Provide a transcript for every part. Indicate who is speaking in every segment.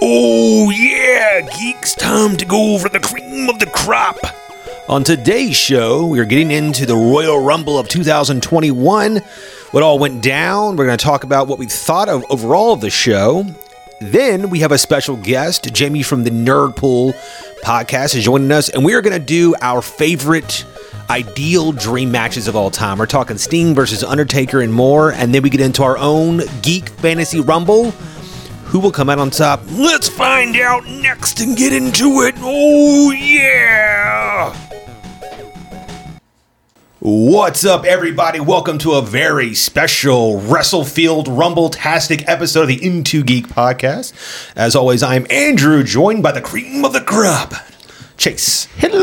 Speaker 1: Oh,
Speaker 2: Yeah, geeks, time to go for the cream of the crop.
Speaker 1: On today's show, we are getting into the Royal Rumble of 2021, what all went down. We're going to talk about what we thought of overall of the show. Then we have a special guest, Jamie from the Nerd Pool podcast, is joining us, and we are going to do our favorite ideal dream matches of all time. We're talking Sting versus Undertaker and more, and then we get into our own Geek Fantasy Rumble. Who will come out on top?
Speaker 2: Let's find out next and get into it. Oh, yeah.
Speaker 1: What's up, everybody? Welcome to a very special WrestleField Rumble-tastic episode of the Into Geek podcast. As always, I'm Andrew, joined by the cream of the crop, Chase.
Speaker 3: Hello.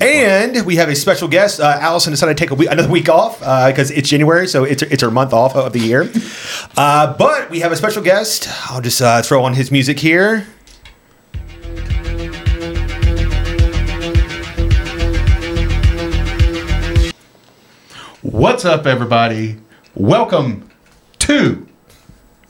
Speaker 1: And we have a special guest. Uh, Allison decided to take a week, another week off because it's January, so it's it's her month off of the year. Uh, but we have a special guest. I'll just uh, throw on his music here.
Speaker 3: What's up, everybody? Welcome to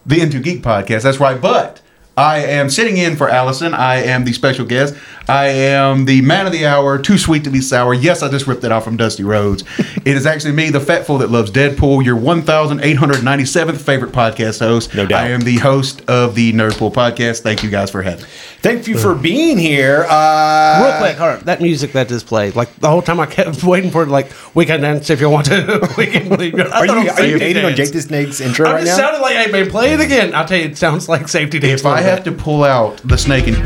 Speaker 3: the Into Geek podcast. That's right, but I am sitting in for Allison. I am the special guest. I am the man of the hour, too sweet to be sour. Yes, I just ripped that off from Dusty Rhodes. it is actually me, the fat fool that loves Deadpool, your 1,897th favorite podcast host.
Speaker 1: No doubt.
Speaker 3: I am the host of the Nerdpool podcast. Thank you guys for having me.
Speaker 1: Thank you for being here. Uh,
Speaker 4: Real quick, hold on. That music that just played, like the whole time I kept waiting for it, like, we can dance if you want to. we can leave. I
Speaker 1: Are
Speaker 4: thought it
Speaker 1: you,
Speaker 4: was
Speaker 1: are you
Speaker 4: safety
Speaker 1: hating on
Speaker 4: dance.
Speaker 1: Jake the Snake's intro
Speaker 4: I'm
Speaker 1: right
Speaker 4: just
Speaker 1: now?
Speaker 4: sounded like, hey, man, play it again. I'll tell you, it sounds like safety dance.
Speaker 3: If I have to pull out the snake and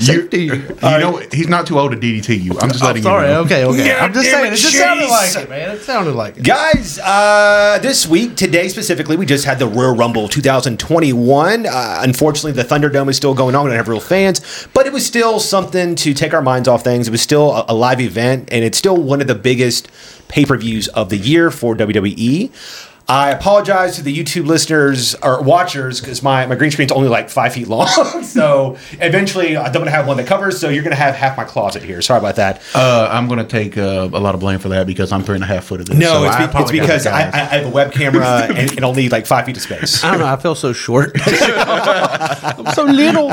Speaker 3: You, you know, he's not too old to DDT you. I'm just
Speaker 4: I'm
Speaker 3: letting
Speaker 4: sorry,
Speaker 3: you know.
Speaker 4: okay, okay.
Speaker 2: God
Speaker 4: I'm just
Speaker 2: damn
Speaker 4: saying,
Speaker 2: it,
Speaker 4: it, just sounded
Speaker 2: Chase.
Speaker 4: like it, man. It sounded like it.
Speaker 1: Guys, uh, this week, today specifically, we just had the Royal Rumble 2021. Uh, unfortunately, the Thunderdome is still going on. We don't have real fans, but it was still something to take our minds off things. It was still a, a live event, and it's still one of the biggest pay per views of the year for WWE. I apologize to the YouTube listeners or watchers because my, my green screen's only like five feet long. so eventually, I'm going to have one that covers. So you're going to have half my closet here. Sorry about that.
Speaker 3: Uh, I'm going to take uh, a lot of blame for that because I'm three and a half foot of this.
Speaker 1: No,
Speaker 3: so
Speaker 1: it's,
Speaker 3: I
Speaker 1: be- it's
Speaker 3: apologize,
Speaker 1: because I, I
Speaker 3: guys. Uh-huh.
Speaker 1: I have a web camera and it only like five feet of space.
Speaker 4: I don't know. I feel so short. I'm so little.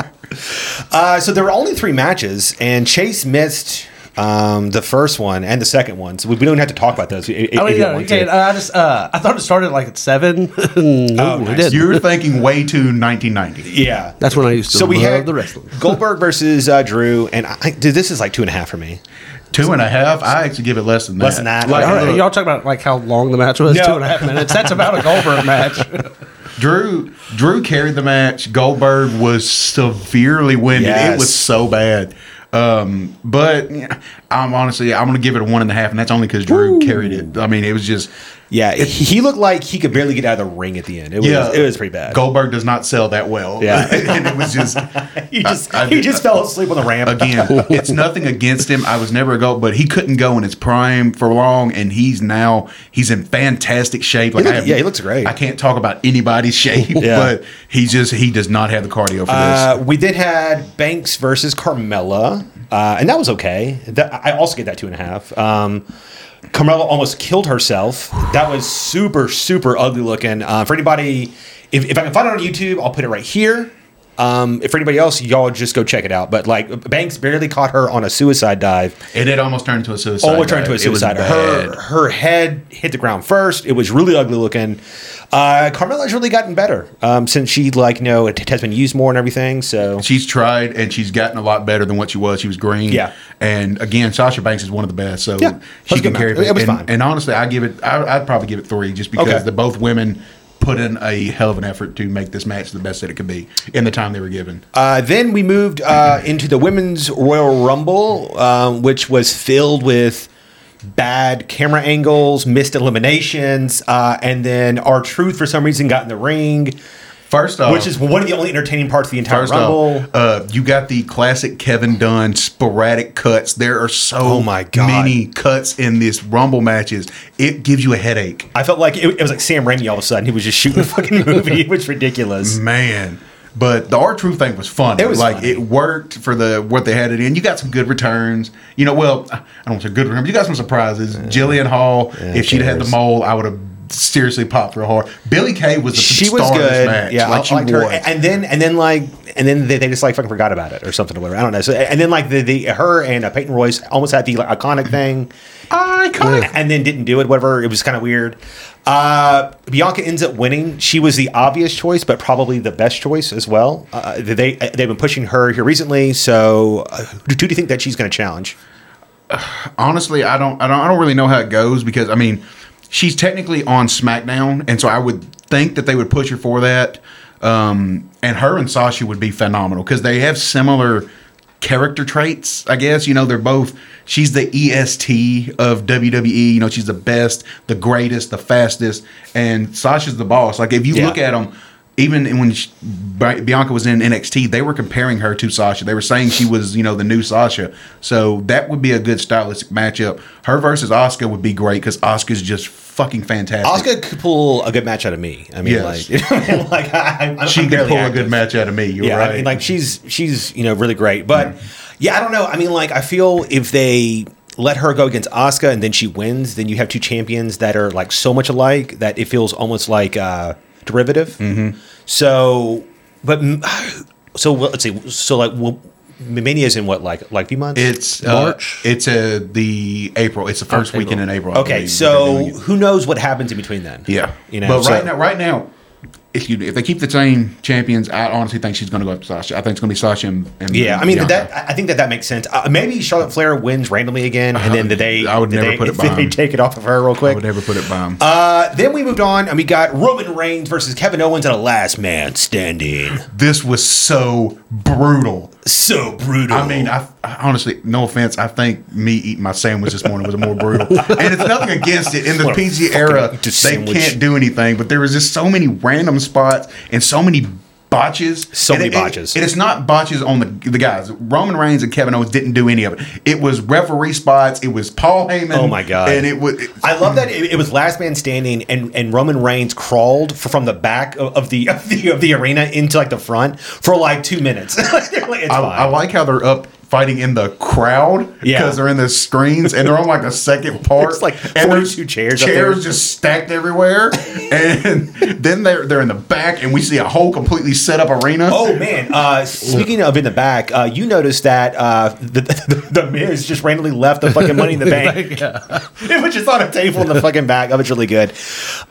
Speaker 1: Uh, so there were only three matches, and Chase missed um, the first one and the second one. So we, we don't have to talk about those. i- i- If,
Speaker 4: I,
Speaker 1: you don't
Speaker 4: mean, Oh, yeah,
Speaker 1: want
Speaker 4: okay,
Speaker 1: to. Oh,
Speaker 4: I just, uh, I thought it started like at seven. no,
Speaker 1: nice.
Speaker 4: it didn't.
Speaker 3: You're thinking way too 1990.
Speaker 1: yeah.
Speaker 4: That's when I used to
Speaker 1: so we
Speaker 4: love
Speaker 1: had
Speaker 4: the wrestling.
Speaker 1: Goldberg versus uh, Drew, and I, I- dude, this is like two and a half for me.
Speaker 3: Two and a half? I actually give it less than that.
Speaker 1: Less than that.
Speaker 3: Like,
Speaker 4: All right,
Speaker 3: look,
Speaker 4: y'all talking about like how long the match was?
Speaker 1: No.
Speaker 4: Two and a half minutes. That's about a Goldberg match.
Speaker 3: Drew Drew carried the match. Goldberg was severely winded.
Speaker 1: Yes.
Speaker 3: It was so bad. Um, but yeah, I'm honestly, I'm going to give it a one and a half, and that's only because Drew carried it. I mean, it was just.
Speaker 1: Yeah, he looked like he could barely get out of the ring at the end. It was
Speaker 3: Yeah,
Speaker 1: it was pretty bad.
Speaker 3: Goldberg does not sell that well.
Speaker 1: Yeah.
Speaker 3: and it was just
Speaker 1: He just
Speaker 3: I- I-
Speaker 1: he just fell asleep on the ramp
Speaker 3: again. it's nothing against him. I was never a goat, but he couldn't go in his prime for long, and he's now he's in fantastic shape. Like
Speaker 1: look-
Speaker 3: I have-
Speaker 1: yeah, he looks great.
Speaker 3: I can't talk about anybody's shape,
Speaker 1: Yeah.
Speaker 3: but he just he does not have the cardio for this.
Speaker 1: Uh, we then had Banks versus Carmella, uh, and that was okay. That, I also get that two and a half. Um, Carmella almost killed herself. That was super, super ugly looking. Uh, for anybody, if, if I can find it on YouTube, I'll put it right here. Um, if for anybody else, y'all just go check it out. But like Banks barely caught her on a suicide dive.
Speaker 3: It had almost turned into a suicide.
Speaker 1: Almost turned to a
Speaker 3: dive. It was
Speaker 1: suicide.
Speaker 3: bad.
Speaker 1: Her her head hit the ground first. It was really ugly looking. Uh, Carmella's really gotten better um, since she like you know it has been used more and everything. So
Speaker 3: She's tried and she's gotten a lot better than what she was. She was green.
Speaker 1: Yeah.
Speaker 3: And again, Sasha Banks is one of the best. So
Speaker 1: Yeah.
Speaker 3: she
Speaker 1: Let's
Speaker 3: can
Speaker 1: go,
Speaker 3: carry
Speaker 1: man. It was
Speaker 3: and,
Speaker 1: fine.
Speaker 3: and honestly, I give it, I, I'd probably give it three just because
Speaker 1: Okay.
Speaker 3: the both women put in a hell of an effort to make this match the best that it could be in the time they were given.
Speaker 1: Uh, then we moved uh, into the women's Royal Rumble, um, which was filled with bad camera angles, missed eliminations, uh, and then our truth for some reason got in the ring,
Speaker 3: First off,
Speaker 1: which is one of the only entertaining parts of the entire
Speaker 3: Oh. First
Speaker 1: Rumble.
Speaker 3: off, uh, you got the classic Kevin Dunn sporadic cuts. There are so
Speaker 1: Oh my God.
Speaker 3: many cuts in this Rumble matches. It gives you a headache.
Speaker 1: I felt like it, it was like Sam Raimi all of a sudden. He was just shooting a fucking movie. It was ridiculous.
Speaker 3: Mm. Man. But the R Truth thing was funny.
Speaker 1: It was
Speaker 3: like
Speaker 1: funny.
Speaker 3: it worked for the what they had it in. You got some good returns. You know, well, I don't want to say good returns. but You got some surprises. Jillian Hall, if she'd had the
Speaker 1: cares?
Speaker 3: mole, I would have seriously popped real hard. Billy Kay was the
Speaker 1: she
Speaker 3: star
Speaker 1: was
Speaker 3: of this
Speaker 1: good.
Speaker 3: match.
Speaker 1: Yeah,
Speaker 3: like
Speaker 1: I
Speaker 3: she
Speaker 1: liked her.
Speaker 3: was.
Speaker 1: And then and then like and then they, they just like fucking forgot about it or something or whatever. I don't know. So and then like the, the her and uh, Peyton Royce almost had the like, iconic thing.
Speaker 3: Iconic.
Speaker 1: and then didn't do it. Whatever, it was kind of weird. Uh, Bianca ends up winning. She was the obvious choice, but probably the best choice as well. Uh, they they've been pushing her here recently. So, uh, who do you think that she's going to challenge?
Speaker 3: honestly, I don't, I don't, I don't really know how it goes because I mean, she's technically on SmackDown, and so I would think that they would push her for that. Um, and her and Sasha would be phenomenal because they have similar character traits, I guess. You know, they're both. She's the EST of WWE. You know, she's the best, the greatest, the fastest, and Sasha's the boss. Like if you
Speaker 1: Yeah.
Speaker 3: look at them. Even when she, Bi- Bianca was in NXT, they were comparing her to Sasha. They were saying she was, you know, the new Sasha. So that would be a good stylistic matchup. Her versus Oscar would be great because Oscar's just fucking fantastic.
Speaker 1: Oscar could pull a good match out of me. I mean,
Speaker 3: Yes.
Speaker 1: like, like I, I,
Speaker 3: she
Speaker 1: I'm
Speaker 3: could
Speaker 1: barely
Speaker 3: pull
Speaker 1: active.
Speaker 3: a good match out of me. You're
Speaker 1: yeah,
Speaker 3: right. Mm.
Speaker 1: I mean, like she's she's you know really great, but yeah, I don't know. I mean, like I feel if they let her go against Asuka and then she wins, then you have two champions that are like so much alike that it feels almost like uh, derivative.
Speaker 3: Mm-hmm.
Speaker 1: So, but m- so well, let's see. So like well, Mania's in what like like few months?
Speaker 3: it's uh,
Speaker 4: March?
Speaker 3: It's uh, the April. It's the first
Speaker 4: April.
Speaker 3: weekend in April. I
Speaker 1: okay.
Speaker 3: believe, that they're
Speaker 1: So
Speaker 3: doing it.
Speaker 1: who knows what happens in between then?
Speaker 3: Yeah,
Speaker 1: you know.
Speaker 3: But right
Speaker 1: so-
Speaker 3: now, right now, excuse me. If they keep the same champions, I honestly think she's going to go up to Sasha. I think it's going to be Sasha and, and
Speaker 1: Yeah, I mean
Speaker 3: Bianca.
Speaker 1: that. I I think that that makes sense. Uh, maybe Charlotte Flair wins randomly again, and then they
Speaker 3: Uh-huh. I would
Speaker 1: that
Speaker 3: never
Speaker 1: they,
Speaker 3: put it
Speaker 1: that
Speaker 3: by
Speaker 1: they
Speaker 3: him.
Speaker 1: take it off of her real
Speaker 3: I
Speaker 1: quick.
Speaker 3: would never put it by him.
Speaker 1: Uh, then we moved on and we got Roman Reigns versus Kevin Owens at a last man standing.
Speaker 3: this was so brutal.
Speaker 1: So brutal.
Speaker 3: I mean, I, I honestly, no offense, I think me eating my sandwich this morning was more brutal. and it's nothing against it. In the
Speaker 1: What a
Speaker 3: PG
Speaker 1: fucking
Speaker 3: era,
Speaker 1: eat
Speaker 3: they
Speaker 1: a sandwich.
Speaker 3: can't do anything, but there was just so many random spots and so many botches.
Speaker 1: So
Speaker 3: And
Speaker 1: many
Speaker 3: it- it-
Speaker 1: botches.
Speaker 3: and it's not botches on the the guys. Roman Reigns and Kevin Owens didn't do any of it. It was referee spots. It was Paul Heyman.
Speaker 1: Oh, my God.
Speaker 3: And it was.
Speaker 1: I love that it, it was last man standing, and, and Roman Reigns crawled f- from the back of, of the of the of the arena into like the front for like two minutes. They're like, it's
Speaker 3: I,
Speaker 1: fine.
Speaker 3: I like how they're up fighting in the crowd because
Speaker 1: Yeah.
Speaker 3: they're in the screens and they're on like a second part.
Speaker 1: There's like
Speaker 3: and there's
Speaker 1: 42 chairs up
Speaker 3: Chairs
Speaker 1: there.
Speaker 3: just stacked everywhere, and then they're they're in the back, and we see a whole completely set up arena.
Speaker 1: Oh man! Uh, speaking of in the back, uh, you noticed that uh, the, the the Miz just randomly left the fucking money in the bank, It was just on a table in the fucking back. That was really good.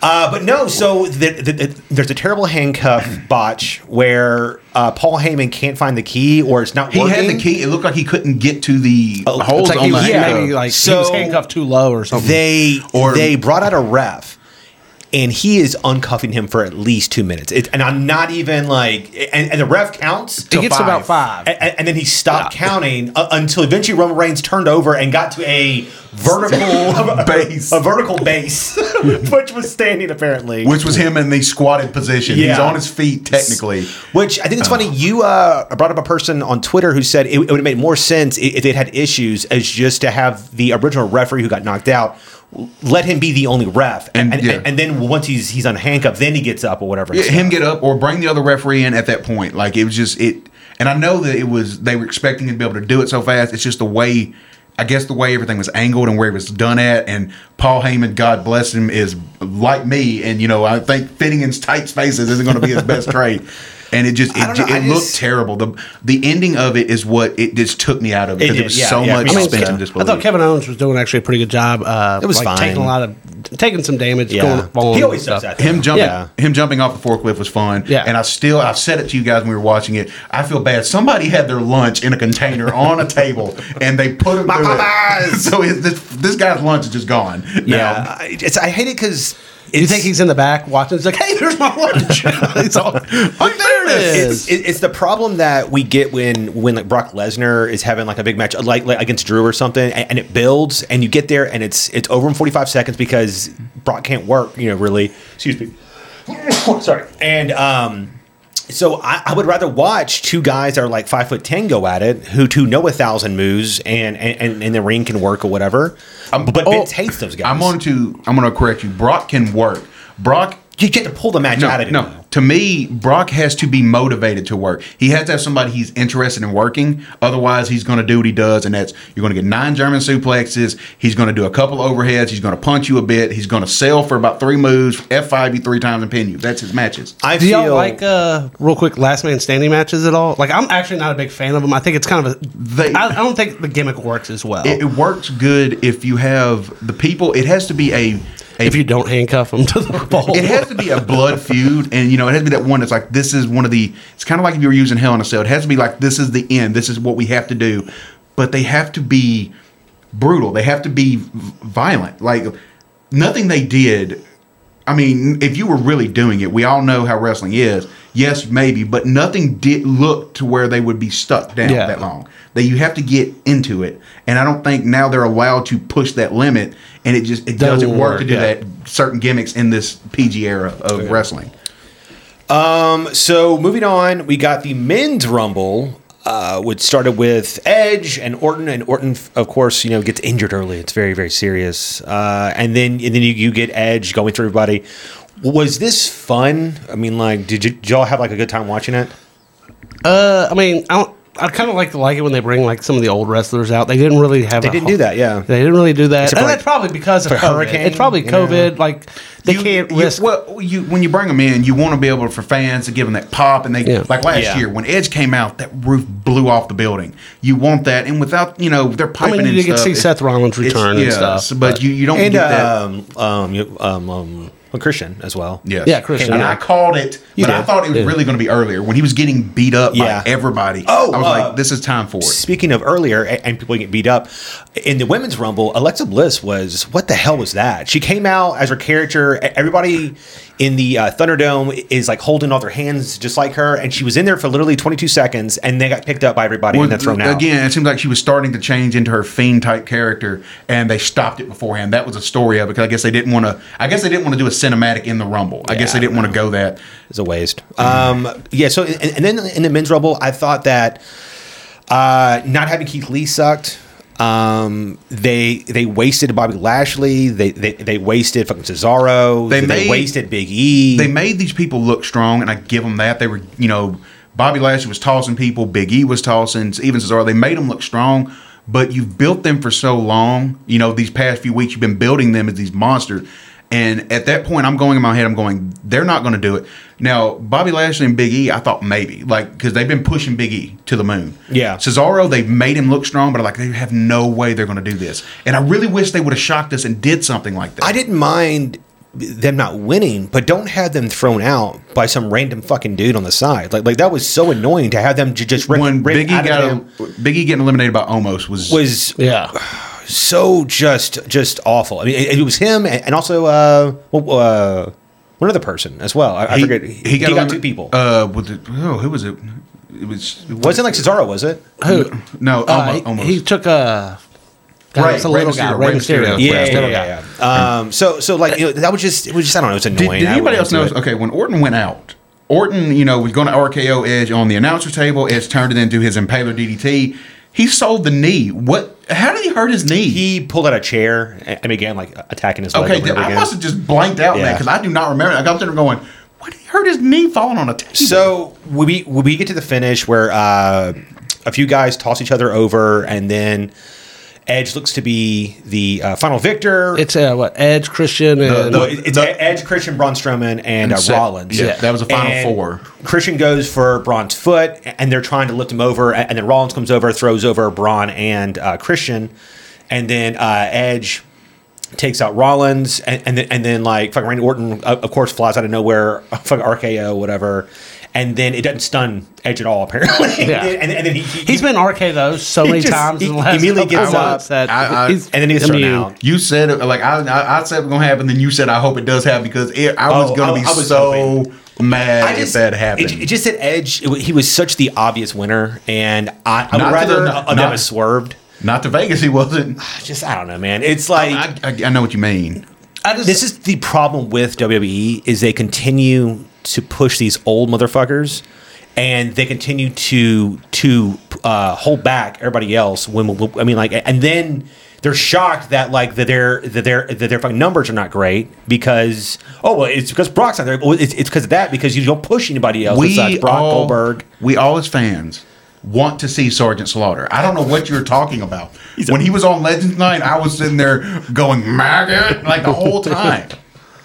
Speaker 1: Uh, but no, so the, the, the, there's a terrible handcuff botch where uh, Paul Heyman can't find the key or it's not
Speaker 3: he
Speaker 1: working.
Speaker 3: had the key. It looked like he couldn't get to the
Speaker 1: Oh,
Speaker 3: holes
Speaker 4: It's like
Speaker 3: on
Speaker 4: he
Speaker 3: the
Speaker 4: was
Speaker 1: yeah.
Speaker 4: maybe like he was
Speaker 1: So-
Speaker 4: handcuffed too low or something.
Speaker 1: They
Speaker 3: Or-
Speaker 1: they brought out a ref. And he is uncuffing him for at least two minutes. It, and I'm not even like, and, and the ref counts.
Speaker 4: He gets to about five.
Speaker 1: A- a- And, then he stopped counting uh, until eventually Roman Reigns turned over and got to a vertical
Speaker 3: Base.
Speaker 1: a vertical base, which was standing apparently.
Speaker 3: which was him in the squatted position. He's
Speaker 1: Yeah.
Speaker 3: on his feet technically.
Speaker 1: Which I think it's funny. You uh, brought up a person on Twitter who said it, it would have made more sense i- if they had issues as just to have the original referee who got knocked out let him be the only ref, and
Speaker 3: And-
Speaker 1: and,
Speaker 3: yeah.
Speaker 1: and then once he's he's unhandcuffed, then he gets up or whatever.
Speaker 3: Yeah, him get up or bring the other referee in at that point. Like it was just it, and I know that it was they were expecting him to be able to do it so fast. It's just the way, I guess, the way everything was angled and where it was done at. And Paul Heyman, God bless him, is like me, and you know I think fitting in tight spaces isn't going to be his best trade. And it just it,
Speaker 1: don't know,
Speaker 3: ju-
Speaker 1: I
Speaker 3: it looked
Speaker 1: just-
Speaker 3: terrible. The the ending of it is what it just took me out of it
Speaker 1: It
Speaker 3: because it,
Speaker 1: did,
Speaker 3: was
Speaker 1: yeah,
Speaker 3: so
Speaker 1: yeah,
Speaker 3: much
Speaker 1: I mean,
Speaker 3: suspension
Speaker 1: yeah.
Speaker 3: disbelief.
Speaker 4: I thought Kevin Owens was doing actually a pretty good job. Uh,
Speaker 1: It was
Speaker 4: like
Speaker 1: fine.
Speaker 4: taking a lot of taking some damage.
Speaker 1: Yeah.
Speaker 4: going forward
Speaker 1: He
Speaker 4: and
Speaker 1: always does
Speaker 4: stuff.
Speaker 1: that.
Speaker 3: him jumping
Speaker 4: Yeah.
Speaker 3: him jumping off the forklift was fun.
Speaker 4: Yeah.
Speaker 3: And I still I said it to you guys when we were watching it. I feel bad. Somebody had their lunch in a container on a table and they put them through it. So it, this this guy's lunch is just gone.
Speaker 1: yeah.
Speaker 3: Now,
Speaker 1: I- it's, I hate it because
Speaker 4: You think he's in the back watching? He's like, "Hey, there's my lunch." He's all, "Oh, there it
Speaker 1: it's,
Speaker 4: is."
Speaker 1: it- it's the problem that we get when when like Brock Lesnar is having like a big match like, like against Drew or something, and, and it builds, and you get there, and it's it's over in forty five seconds because Brock can't work, you know, really. Excuse me. Sorry. And um, so I, I would rather watch two guys that are like five foot ten go at it, who who know a thousand moves, and and, and, and the ring can work or whatever.
Speaker 4: Um,
Speaker 1: but
Speaker 3: oh,
Speaker 1: Vince hates those guys.
Speaker 3: I'm going to I'm going to correct you. Brock can work. Brock
Speaker 1: You get to pull the match
Speaker 3: no,
Speaker 1: out of it.
Speaker 3: no. to me, Brock has to be motivated to work. He has to have somebody he's interested in working. Otherwise, he's going to do what he does, and that's you're going to get nine German suplexes. He's going to do a couple overheads. He's going to punch you a bit. He's going to sell for about three moves, F5 you three times, and pin you. That's his matches.
Speaker 1: I
Speaker 4: Do
Speaker 1: feel
Speaker 4: y'all like uh, real quick last man standing matches at all? Like I'm actually not a big fan of them. I think it's kind of a.
Speaker 3: They-
Speaker 4: I, I don't think the gimmick works as well.
Speaker 3: it, it works good if you have the people. It has to be a, a
Speaker 4: if you don't handcuff them to the pole,
Speaker 3: it has to be a blood feud, and you know, it has to be that one that's like this is one of the. It's kind of like if you were using Hell in a Cell. It has to be like this is the end. This is what we have to do, but they have to be brutal. They have to be v- violent. Like nothing they did. I mean, if you were really doing it, we all know how wrestling is. Yes, maybe, but nothing did look to where they would be stuck down
Speaker 4: Yeah.
Speaker 3: that long. That you have to get into it, and I don't think now they're allowed to push that limit. And it just it
Speaker 4: Doesn't
Speaker 3: doesn't work to
Speaker 4: work,
Speaker 3: do
Speaker 4: yeah.
Speaker 3: that certain gimmicks in this PG era of wrestling.
Speaker 1: So moving on, we got the men's rumble, uh, which started with Edge and Orton, and Orton, of course, you know, gets injured early. It's very, very serious. Uh, and then, and then you, you get Edge going through everybody. Was this fun? I mean, like, did, you, did y'all have like a good time watching it?
Speaker 4: Uh, I mean, I don't. I kind of like to like it when they bring like some of the old wrestlers out. They didn't really have. They
Speaker 1: didn't do that, yeah.
Speaker 4: They didn't really do that.
Speaker 1: Except
Speaker 4: And
Speaker 1: for, like,
Speaker 4: that's probably because of
Speaker 1: for
Speaker 4: COVID.
Speaker 1: hurricane,
Speaker 4: it's probably
Speaker 1: you know.
Speaker 4: COVID. Like they
Speaker 3: You-
Speaker 4: can't
Speaker 3: you-
Speaker 4: risk.
Speaker 3: well, you when you bring them in, you want to be able to, for fans to give them that pop, and they
Speaker 4: Yeah.
Speaker 3: like last
Speaker 1: Yeah.
Speaker 3: year when Edge came out, that roof blew off the building. You want that, and without you know they're
Speaker 4: I
Speaker 3: piping
Speaker 4: mean,
Speaker 3: in
Speaker 4: you can
Speaker 3: stuff,
Speaker 4: see
Speaker 3: it's-
Speaker 4: Seth Rollins
Speaker 3: it's-
Speaker 4: return and
Speaker 3: yes,
Speaker 4: stuff. uh,
Speaker 3: but, you you don't
Speaker 1: And
Speaker 3: get that.
Speaker 1: um, um, you- um, um, well, Christian as well.
Speaker 3: Yes.
Speaker 4: Yeah, Christian,
Speaker 3: And
Speaker 4: yeah.
Speaker 3: I called it,
Speaker 1: You
Speaker 3: but I
Speaker 1: did.
Speaker 3: thought it was really going to be earlier when he was getting beat up
Speaker 1: Yeah.
Speaker 3: by everybody.
Speaker 1: Oh,
Speaker 3: I was
Speaker 1: uh,
Speaker 3: like, this is time for it.
Speaker 1: Speaking of earlier, a- and people get beat up in the women's rumble, Alexa Bliss was what the hell was that? She came out as her character. e- Everybody in the uh, Thunderdome is like holding all their hands just like her, and she was in there for literally 22 seconds, and they got picked up by everybody and then thrown out.
Speaker 3: Again, it seems like she was starting to change into her fiend type character, and they stopped it beforehand. That was a story of it because I guess they didn't want to. I guess they didn't want to do a cinematic in the Rumble. I guess
Speaker 1: Yeah,
Speaker 3: they didn't want to go that.
Speaker 1: It's a waste. Um, yeah. So and, and then in the men's rumble, I thought that uh, not having Keith Lee sucked. Um, they they wasted Bobby Lashley. They they, they wasted fucking Cesaro.
Speaker 3: They
Speaker 1: They,
Speaker 3: made-
Speaker 1: wasted Big E.
Speaker 3: They made these people look strong, and I give them that. They were, you know, Bobby Lashley was tossing people, Big E was tossing, even Cesaro. They made them look strong, but you've built them for so long. You know, these past few weeks, you've been building them as these monsters. And at that point, I'm going in my head, I'm going, they're not going to do it. Now, Bobby Lashley and Big E, I thought maybe, like, because they've been pushing Big E to the moon.
Speaker 1: Yeah.
Speaker 3: Cesaro, they've made him look strong, but like, they have no way they're going to do this. And I really wish they would have shocked us and did something like that.
Speaker 1: I didn't mind them not winning, but don't have them thrown out by some random fucking dude on the side. Like like that was so annoying to have them j- just rip,
Speaker 3: when
Speaker 1: rip
Speaker 3: Biggie
Speaker 1: out of
Speaker 3: got
Speaker 1: them
Speaker 3: Biggie getting eliminated by almost was,
Speaker 1: was
Speaker 4: yeah,
Speaker 1: so just just awful. I mean, it, it was him and, and also uh, well, uh, one other person as well. I, I
Speaker 3: he,
Speaker 1: forget. He, he got,
Speaker 3: elimin-
Speaker 1: two people.
Speaker 3: Uh, with the, oh, who was it? It was it
Speaker 1: Wasn't like Cesaro, was it?
Speaker 4: who?
Speaker 3: no
Speaker 4: Uh,
Speaker 3: almost,
Speaker 4: he-
Speaker 3: almost.
Speaker 4: he, took a. God,
Speaker 3: Ray-
Speaker 4: it's a
Speaker 3: Ray
Speaker 4: little guy,
Speaker 3: Mysterio,
Speaker 4: Ray
Speaker 3: Ray Mysterio.
Speaker 4: Mysterio.
Speaker 3: Yeah,
Speaker 4: Ray Mysterio.
Speaker 1: Um, so so like you know, that was just it was just I don't know. It was
Speaker 3: did,
Speaker 1: annoying.
Speaker 3: did
Speaker 1: I
Speaker 3: anybody else
Speaker 1: wasn't
Speaker 3: know?
Speaker 1: into it.
Speaker 3: Okay, when Orton went out, Orton, you know, was going to RKO Edge on the announcer table. Edge turned it into his Impaler DDT. He sold the knee. What? How did he hurt his knee?
Speaker 1: He pulled out a chair and and began like attacking his leg.
Speaker 3: okay,
Speaker 1: over and
Speaker 3: then
Speaker 1: over
Speaker 3: I
Speaker 1: again.
Speaker 3: must have just blanked out on that
Speaker 1: Yeah.
Speaker 3: because I do not remember. I got there going, "Why did he hurt his knee falling on a table?"
Speaker 1: So we we- we get to the finish where uh, a few guys toss each other over, and then Edge looks to be the uh, final victor.
Speaker 4: It's uh, what Edge Christian and
Speaker 1: Well, it- it's Edge, Christian, Braun Strowman, and, uh,
Speaker 3: Seth.
Speaker 1: Rollins.
Speaker 3: Yeah, that was a final
Speaker 1: And
Speaker 3: four.
Speaker 1: Christian goes for Braun's foot, and they're trying to lift him over, and then Rollins comes over, throws over Braun and uh, Christian, and then uh, Edge takes out Rollins, and, and then and then like fucking Randy Orton, uh, of course, flies out of nowhere, fucking RKO, whatever, and then it doesn't stun Edge at all, apparently.
Speaker 4: Yeah.
Speaker 1: and, then- and then he, he,
Speaker 4: he's been RK though so
Speaker 1: He
Speaker 4: many
Speaker 1: just-
Speaker 4: times. in
Speaker 1: he
Speaker 4: the last
Speaker 1: immediately
Speaker 4: couple
Speaker 1: gets
Speaker 4: months
Speaker 1: up.
Speaker 4: that
Speaker 3: I- I-
Speaker 4: he's-
Speaker 1: and then he gets thrown
Speaker 4: immune.
Speaker 1: out.
Speaker 3: You said like I, I, I said it was gonna happen. Then you said I hope it does happen because it, I was
Speaker 1: Oh,
Speaker 3: gonna
Speaker 1: I-
Speaker 3: be
Speaker 1: I was
Speaker 3: so mad
Speaker 1: I just
Speaker 3: if that happened.
Speaker 1: It, it just said Edge. it wa- he was such the obvious winner, and I, I
Speaker 3: Not
Speaker 1: would
Speaker 3: to
Speaker 1: rather
Speaker 3: the-
Speaker 1: uh,
Speaker 3: not-
Speaker 1: them have swerved.
Speaker 3: Not to Vegas, he wasn't.
Speaker 1: Just I don't know, man. It's like
Speaker 3: I, I, I know what you mean.
Speaker 4: I just
Speaker 1: this is the problem with WWE is they continue to push these old motherfuckers, and they continue to to p- uh, hold back everybody else when when- I mean like and then they're shocked that like that their that their that their fucking numbers are not great because oh well it's because Brock's not there well, it's it's because of that because you don't push anybody else besides Brock Goldberg
Speaker 3: We all as fans want to see Sergeant Slaughter. I don't know what you're talking about.
Speaker 1: a-
Speaker 3: when he was on Legends Night, I was sitting there going maggot like the whole time.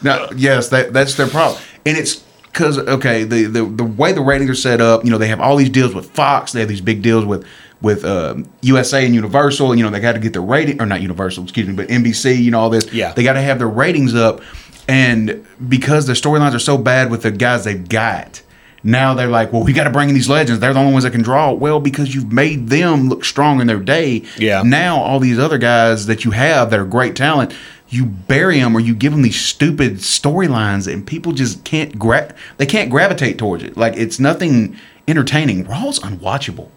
Speaker 3: now, yes, that that's their problem, and it's because okay, the, the the way the ratings are set up, you know, they have all these deals with Fox, they have these big deals with with um, USA and Universal, and you know, they got to get their rating or not Universal, excuse me, but NBC, you know, all this.
Speaker 1: Yeah.
Speaker 3: they got to have their ratings up, and because their storylines are so bad with the guys they've got, now they're like, well, we got to bring in these legends. They're the only ones that can draw. Well, because you've made them look strong in their day.
Speaker 1: Yeah.
Speaker 3: Now all these other guys that you have that are great talent, you bury them or you give them these stupid storylines, and people just can't gra- they can't gravitate towards it. Like it's nothing entertaining. Raw's unwatchable.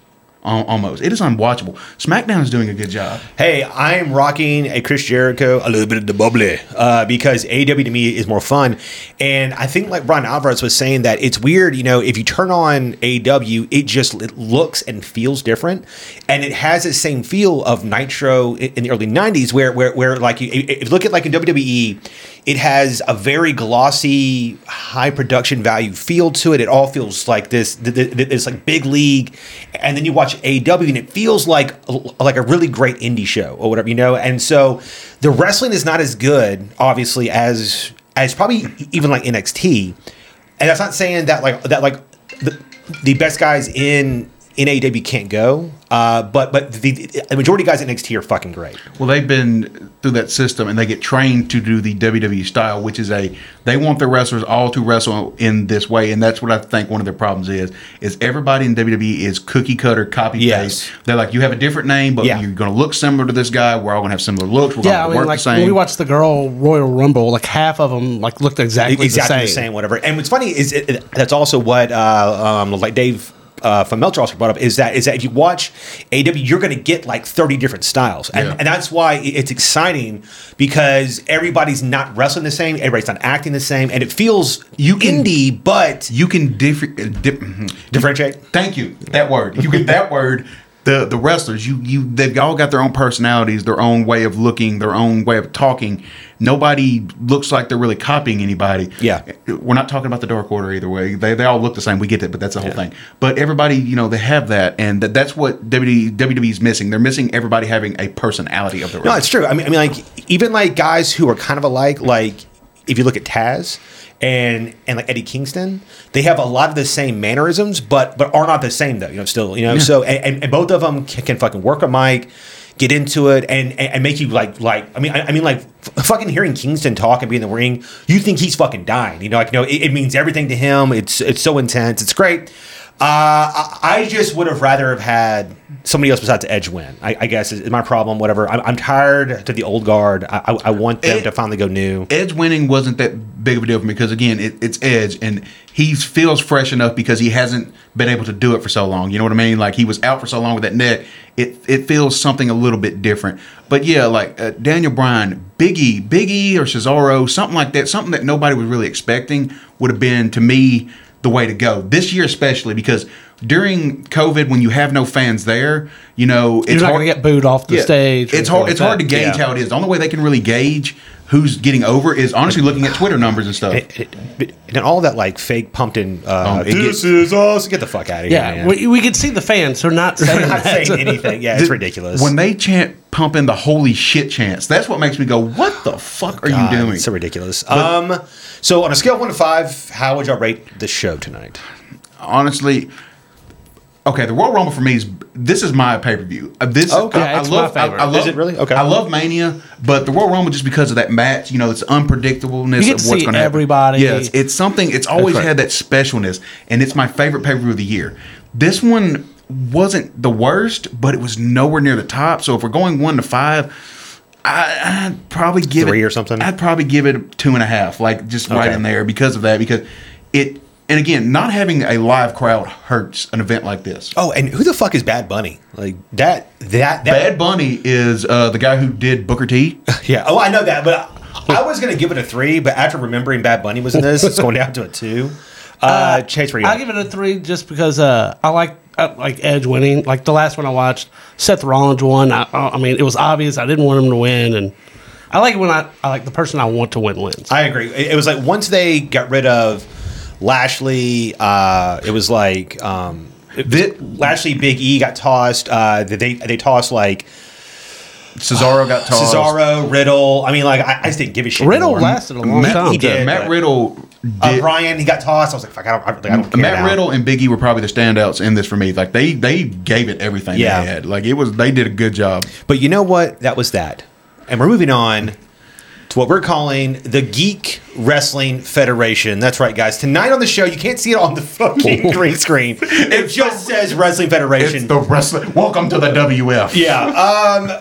Speaker 3: al- Almost, it is unwatchable. SmackDown is doing a good job.
Speaker 1: hey I'm rocking a Chris Jericho a little bit of the bubbly uh, because AW to me is more fun and I think like Brian Alvarez was saying that it's weird you know if you turn on AW it just it looks and feels different and it has the same feel of Nitro in in the early 90s where where, where like you, if you look at like in E, WWE it has a very glossy high production value feel to it it all feels like this th- th- th- this like big league and then you watch AW and it feels like like a really great indie show or whatever you know and so the wrestling is not as good obviously as as probably even like NXT and that's not saying that like that like the, the best guys in in AEW can't go, uh, but but the, the majority of guys in NXT are fucking great.
Speaker 3: Well, they've been through that system and they get trained to do the WWE style, which is a they want their wrestlers all to wrestle in this way, and that's what I think one of their problems is. Is everybody in WWE is cookie cutter copy paste?
Speaker 1: Yes.
Speaker 3: They're like, you have a different name, but
Speaker 1: Yeah.
Speaker 3: you're going to look similar to this guy. We're all going to have similar looks. We're
Speaker 4: Yeah, I
Speaker 3: going to
Speaker 4: mean,
Speaker 3: work
Speaker 4: like
Speaker 3: the same.
Speaker 4: when we watched the girl Royal Rumble, like half of them like looked exactly,
Speaker 1: exactly the same. whatever. And what's funny is it, it- that's also what uh, um, like Dave. Uh, from Meltzer also brought up is that is that if you watch AW, you're going to get like 30 different styles, and,
Speaker 3: Yeah.
Speaker 1: and that's why i- it's exciting because everybody's not wrestling the same, everybody's not acting the same, and it feels you indie but
Speaker 3: you can differ. uh, dip-
Speaker 1: differentiate.
Speaker 3: Thank you. That word. You get that word. The the wrestlers. You you they've all got their own personalities, their own way of looking, their own way of talking. Nobody looks like they're really copying anybody.
Speaker 1: Yeah.
Speaker 3: We're not talking about the dark order either way. They, they all look the same. We get that, but that's the whole thing. But everybody, you know, they have that, and that, that's what WWE WWE is missing. They're missing everybody having a personality of their
Speaker 1: No,
Speaker 3: own.
Speaker 1: it's true. I mean, I mean, like even like guys who are kind of alike. Like if you look at Taz and and like Eddie Kingston, they have a lot of the same mannerisms, but but are not the same though. You know, still you know. So and, and- and both of them can, can fucking work a mic, get into it, and and, and make you like like. I mean, I, I mean like f- fucking hearing Kingston talk and be in the ring, you think he's fucking dying. You know, like you know, it, it means everything to him. It's it's so intense. It's great. Uh, I, I just would have rather have had somebody else besides Edge win. I, I guess is my problem. Whatever. I'm, I'm tired to the old guard. I, I, I want them
Speaker 3: It-
Speaker 1: to finally go new.
Speaker 3: Edge winning wasn't that big of a deal for me because again, it, it's Edge, and he feels fresh enough because he hasn't been able to do it for so long. You know what I mean? Like he was out for so long with that neck, it it feels something a little bit different. But yeah, like uh, Daniel Bryan, Biggie, Biggie or Cesaro, something like that, something that nobody was really expecting would have been to me the way to go this year, especially because during COVID, when you have no fans there, you know it's
Speaker 4: You're not going to get booed off the
Speaker 3: yeah.
Speaker 4: stage. or
Speaker 3: It's hard.
Speaker 4: anything
Speaker 3: It's
Speaker 4: like
Speaker 3: hard to
Speaker 4: that.
Speaker 3: gauge
Speaker 1: Yeah.
Speaker 3: how it is. The only way they can really gauge who's getting over is honestly looking at Twitter numbers and stuff.
Speaker 1: It- it- but- and then all that like fake pumped in. Uh,
Speaker 3: Um, it
Speaker 1: this
Speaker 3: gets-
Speaker 1: is us. Get the fuck out of here.
Speaker 4: Yeah,
Speaker 1: man.
Speaker 4: we, we could see the fans. They're not saying,
Speaker 1: I'm not
Speaker 4: that.
Speaker 1: saying anything. Yeah, it's ridiculous.
Speaker 3: When they chant, pump in the holy shit chants. That's what makes me go, "What the fuck are
Speaker 1: God,
Speaker 3: you doing?"
Speaker 1: Uh, it's so ridiculous. um, so on a scale of one to five, how would y'all rate the show tonight?
Speaker 3: honestly, okay, the Royal Rumble for me is this is my pay per view. This
Speaker 1: Okay,
Speaker 3: I, I
Speaker 4: it's
Speaker 3: love.
Speaker 4: my favorite.
Speaker 3: I, I love
Speaker 1: Is it really? Okay.
Speaker 3: I love Mania, but the Royal Rumble just because of that match, you know, it's unpredictableness
Speaker 4: You get
Speaker 3: of
Speaker 4: to
Speaker 3: what's
Speaker 4: see
Speaker 3: going to happen.
Speaker 4: everybody.
Speaker 3: Yeah, it's, it's something. It's always
Speaker 4: right.
Speaker 3: had that specialness, and it's my favorite pay per view of the year. This one wasn't the worst, but it was nowhere near the top. So if we're going one to five. I, I'd probably give
Speaker 1: Three
Speaker 3: it
Speaker 1: or something?
Speaker 3: I'd probably give it two and a half, like just right
Speaker 1: Okay.
Speaker 3: in there because of that. Because it, and again, not having a live crowd hurts an event like this.
Speaker 1: Oh, and who the fuck is Bad Bunny? Like that. That. that
Speaker 3: Bad Bunny is uh, the guy who did Booker T.
Speaker 1: Yeah. Oh, I know that, but I, I was gonna give it a three, but after remembering Bad Bunny was in this, it's going down to a two. Uh, Chase, where you
Speaker 4: I'll
Speaker 1: at?
Speaker 4: give it a three just because uh, I like I like Edge winning. Like the last one I watched, Seth Rollins won. I, I I mean, it was obvious. I didn't want him to win, and I like it when I, I like the person I want to win wins.
Speaker 1: I agree. It, it was like once they got rid of Lashley, uh, it was like um,
Speaker 3: Thi-
Speaker 1: Lashley, Big E got tossed. Uh, they they tossed like
Speaker 3: Cesaro got tossed.
Speaker 1: Cesaro, Riddle. I mean, like I, I just didn't give a shit.
Speaker 4: Riddle
Speaker 1: anymore.
Speaker 4: lasted a long
Speaker 3: Matt-
Speaker 4: time.
Speaker 1: he did.
Speaker 3: Matt
Speaker 1: but-
Speaker 3: Riddle
Speaker 1: Uh,
Speaker 3: did-
Speaker 1: Brian, he got tossed. I was like, fuck, I don't, I, like, I don't care.
Speaker 3: Matt
Speaker 1: now.
Speaker 3: Riddle and Biggie were probably the standouts in this for me. Like they they gave it everything
Speaker 1: Yeah.
Speaker 3: they had. Like it was they did a good job.
Speaker 1: But you know what? That was that. And we're moving on to what we're calling the Geek Wrestling Federation. That's right, guys. Tonight on the show, you can't see it on the fucking green screen. It just says Wrestling
Speaker 3: It's
Speaker 1: Federation.
Speaker 3: the wrestling. Welcome to the WF.
Speaker 1: yeah.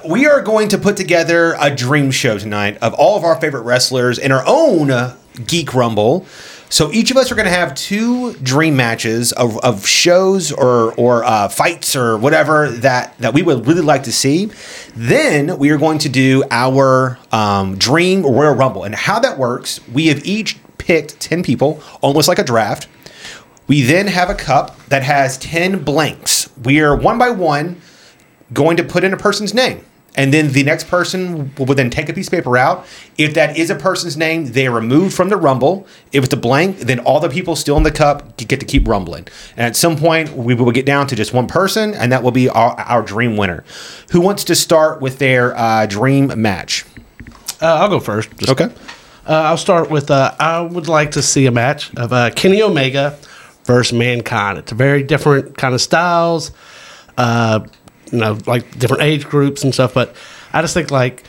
Speaker 1: Um, we are going to put together a dream show tonight of all of our favorite wrestlers in our own uh, Geek Rumble. So each of us are going to have two dream matches of, of shows or or uh, fights or whatever that that we would really like to see. Then we are going to do our um, dream Royal Rumble and how that works. We have each picked ten people, almost like a draft. We then have a cup that has 10 blanks. We are one by one going to put in a person's name. And then the next person will then take a piece of paper out. If that is a person's name, they are removed from the rumble. If it's a blank, then all the people still in the cup get to keep rumbling. And at some point, we will get down to just one person, and that will be our, our dream winner. Who wants to start with their uh, dream match?
Speaker 4: Uh, I'll go first. Just- Uh, I'll start with uh, I would like to see a match of uh, Kenny Omega versus Mankind. It's a very different kind of styles, uh, you know, like different age groups and stuff. But I just think like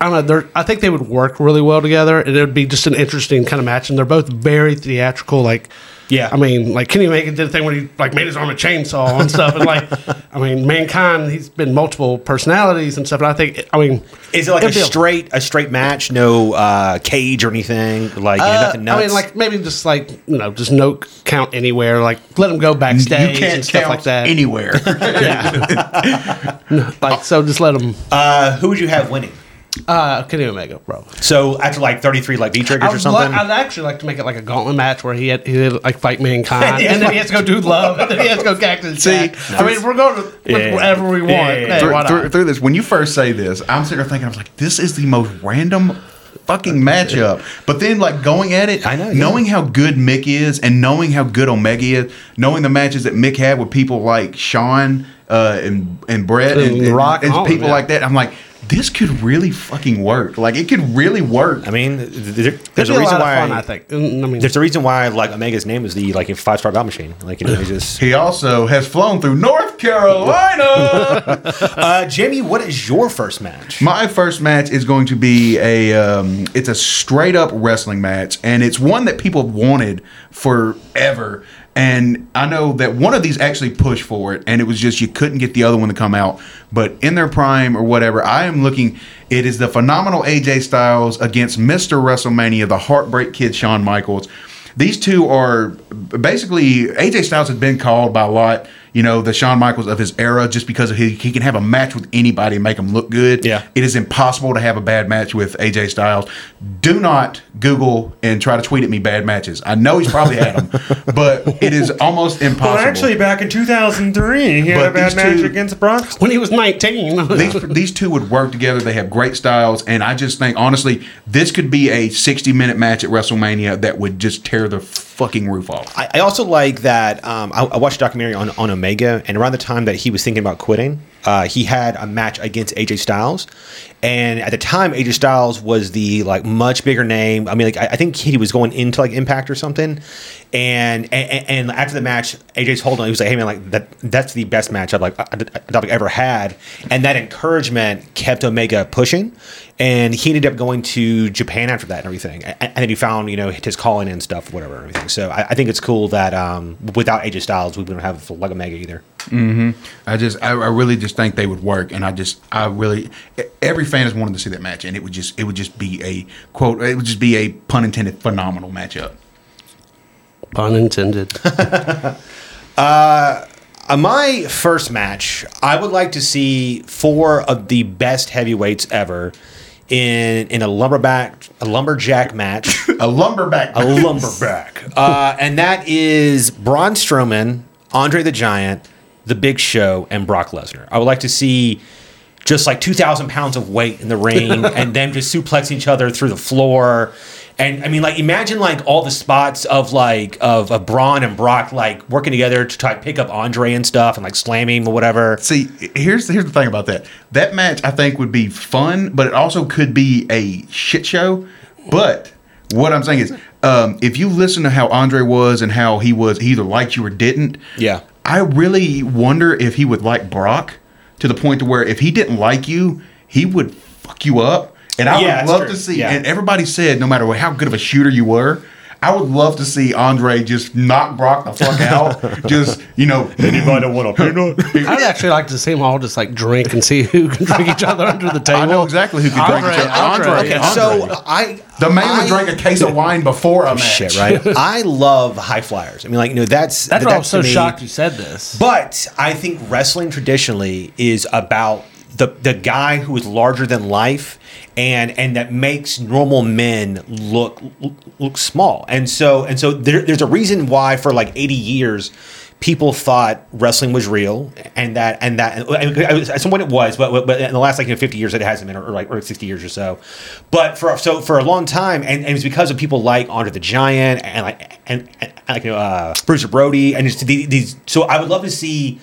Speaker 4: I don't know. They're, I think they would work really well together, and it would be just an interesting kind of match. And they're both very theatrical. Like,
Speaker 1: Yeah.
Speaker 4: I mean, like Kenny Omega did a thing when he like made his arm a chainsaw and stuff. And like, I mean, Mankind, he's been multiple personalities and stuff. And I think, I mean,
Speaker 1: Is it like a
Speaker 4: it'd be
Speaker 1: straight a straight match? No uh, cage or anything? Like you know,
Speaker 4: Uh,
Speaker 1: nothing nuts?
Speaker 4: I mean, like maybe just like you know, just no count anywhere. Like let them go backstage
Speaker 3: you can't
Speaker 4: and stuff
Speaker 3: count
Speaker 4: like that.
Speaker 3: anywhere.
Speaker 4: yeah. like so, just let them.
Speaker 1: Uh, who would you have winning?
Speaker 4: Uh, Kenny Omega, bro.
Speaker 1: So after like 33, like V triggers
Speaker 4: I'd,
Speaker 1: or
Speaker 4: li-
Speaker 1: something.
Speaker 4: I'd actually like to make it like a gauntlet match where he had, he had like fight mankind,
Speaker 1: Yeah,
Speaker 4: and then
Speaker 1: like-
Speaker 4: he has to go do love, and then he has to go cactus. See, I mean, we're going to
Speaker 1: Yeah.
Speaker 4: whatever we want.
Speaker 1: Yeah, yeah, yeah.
Speaker 4: Hey, why
Speaker 3: through,
Speaker 4: not?
Speaker 3: through, through this, when you first say this, I'm sitting there thinking, I was like, this is the most random fucking matchup. But then, like, going at it,
Speaker 1: I know, yeah.
Speaker 3: knowing how good Mick is and knowing how good Omega is, knowing the matches that Mick had with people like Sean uh, and, and Brett and,
Speaker 4: And The
Speaker 3: and-
Speaker 4: Rock and
Speaker 3: and
Speaker 4: all of them,
Speaker 3: people
Speaker 4: yeah.
Speaker 3: like that, I'm like, this could really fucking work. Like, it could really work.
Speaker 1: I mean, th- th- there's
Speaker 4: It'd be
Speaker 1: a reason
Speaker 4: lot of
Speaker 1: why.
Speaker 4: Fun, I think. Mm, I mean,
Speaker 1: There's a reason why like Omega's name is the like five star god machine. Like you know, he's just.
Speaker 3: he also has flown through North Carolina.
Speaker 1: Uh, Jamie, what is your first match?
Speaker 3: My first match is going to be a um, it's a straight up wrestling match, and it's one that people have wanted forever. And I know that one of these actually pushed for it, and it was just you couldn't get the other one to come out. But in their prime or whatever, I am looking. It is the phenomenal AJ Styles against Mr. WrestleMania, the Heartbreak Kid Shawn Michaels. These two are basically AJ Styles has been called by a lot, you know, the Shawn Michaels of his era, just because of he, he can have a match with anybody and make them look good.
Speaker 1: Yeah.
Speaker 3: It is impossible to have a bad match with AJ Styles. Do not Google and try to tweet at me bad matches. I know he's probably had them, but it is almost impossible.
Speaker 1: back in 2003, he
Speaker 3: had a bad match against
Speaker 1: Bronx.
Speaker 4: when he was nineteen.
Speaker 3: these these two would work together. They have great styles, and I just think honestly, this could be a sixty minute match at WrestleMania that would just tear the fucking roof off.
Speaker 1: I, I also like that. Um, I, I watched a documentary on, on Omega, and around the time that he was thinking about quitting, uh, he had a match against AJ Styles, and at the time, AJ Styles was the like much bigger name. I mean, like I, I think he was going into like Impact or something, and and, and after the match, AJ's holding. He was like, "Hey man, like that that's the best match I've like I, I- I've ever had," and that encouragement kept Omega pushing, and he ended up going to Japan after that and everything. And, and then he found, you know, his calling and stuff, whatever, and everything. So I, I think it's cool that um, without AJ Styles, we wouldn't have like Omega either.
Speaker 3: I just, I, I really just think they would work, and I just, I really, every fan has wanted to see that match, and it would just, it would just be a quote, it would just be a pun intended phenomenal matchup.
Speaker 4: Pun intended.
Speaker 1: Uh, my first match, I would like to see four of the best heavyweights ever in in a lumberback a lumberjack match,
Speaker 3: A lumberback.
Speaker 1: a lumberback, uh, and that is Braun Strowman, Andre the Giant, The Big Show, and Brock Lesnar. I would like to see just like two thousand pounds of weight in the ring, and them just suplexing each other through the floor. And I mean, like, imagine like all the spots of like of, of Braun and Brock like working together to try to pick up Andre and stuff, and like slam him or whatever.
Speaker 3: See, here's here's the thing about that. That match I think would be fun, but it also could be a shit show. But what I'm saying is, um, if you listen to how Andre was and how he was, he either liked you or didn't.
Speaker 1: Yeah.
Speaker 3: I really wonder if he would like Brock to the point to where if he didn't like you, he would fuck you up. And I
Speaker 1: Yeah, that's
Speaker 3: would love
Speaker 1: true.
Speaker 3: to see.
Speaker 1: Yeah.
Speaker 3: And everybody said, no matter how good of a shooter you were. I would love to see Andre just knock Brock the fuck out. just, you know, anybody want to
Speaker 4: I'd actually like to see them all just like drink and see who can drink each other under the table.
Speaker 3: I know exactly who could drink
Speaker 4: Andre,
Speaker 3: each other.
Speaker 4: Andre,
Speaker 3: Andre.
Speaker 4: okay,
Speaker 3: Andre.
Speaker 1: So I
Speaker 3: the man
Speaker 1: I,
Speaker 3: would drink a case of wine before a match.
Speaker 1: shit, right? I love high flyers. I mean, like, you know, that's
Speaker 4: That's why I was
Speaker 1: to
Speaker 4: so
Speaker 1: me-
Speaker 4: shocked you said this.
Speaker 1: But I think wrestling traditionally is about the the guy who is larger than life and and that makes normal men look look, look small. And so and so there, there's a reason why for like 80 years people thought wrestling was real and that and that and I was- at some point it was but, but in the last like you know, 50 years it hasn't been or, or like or 60 years or so but for so for a long time and, and it's because of people like Andre the Giant and like and, and like you know, uh, Bruiser Brody and just the- these so I would love to see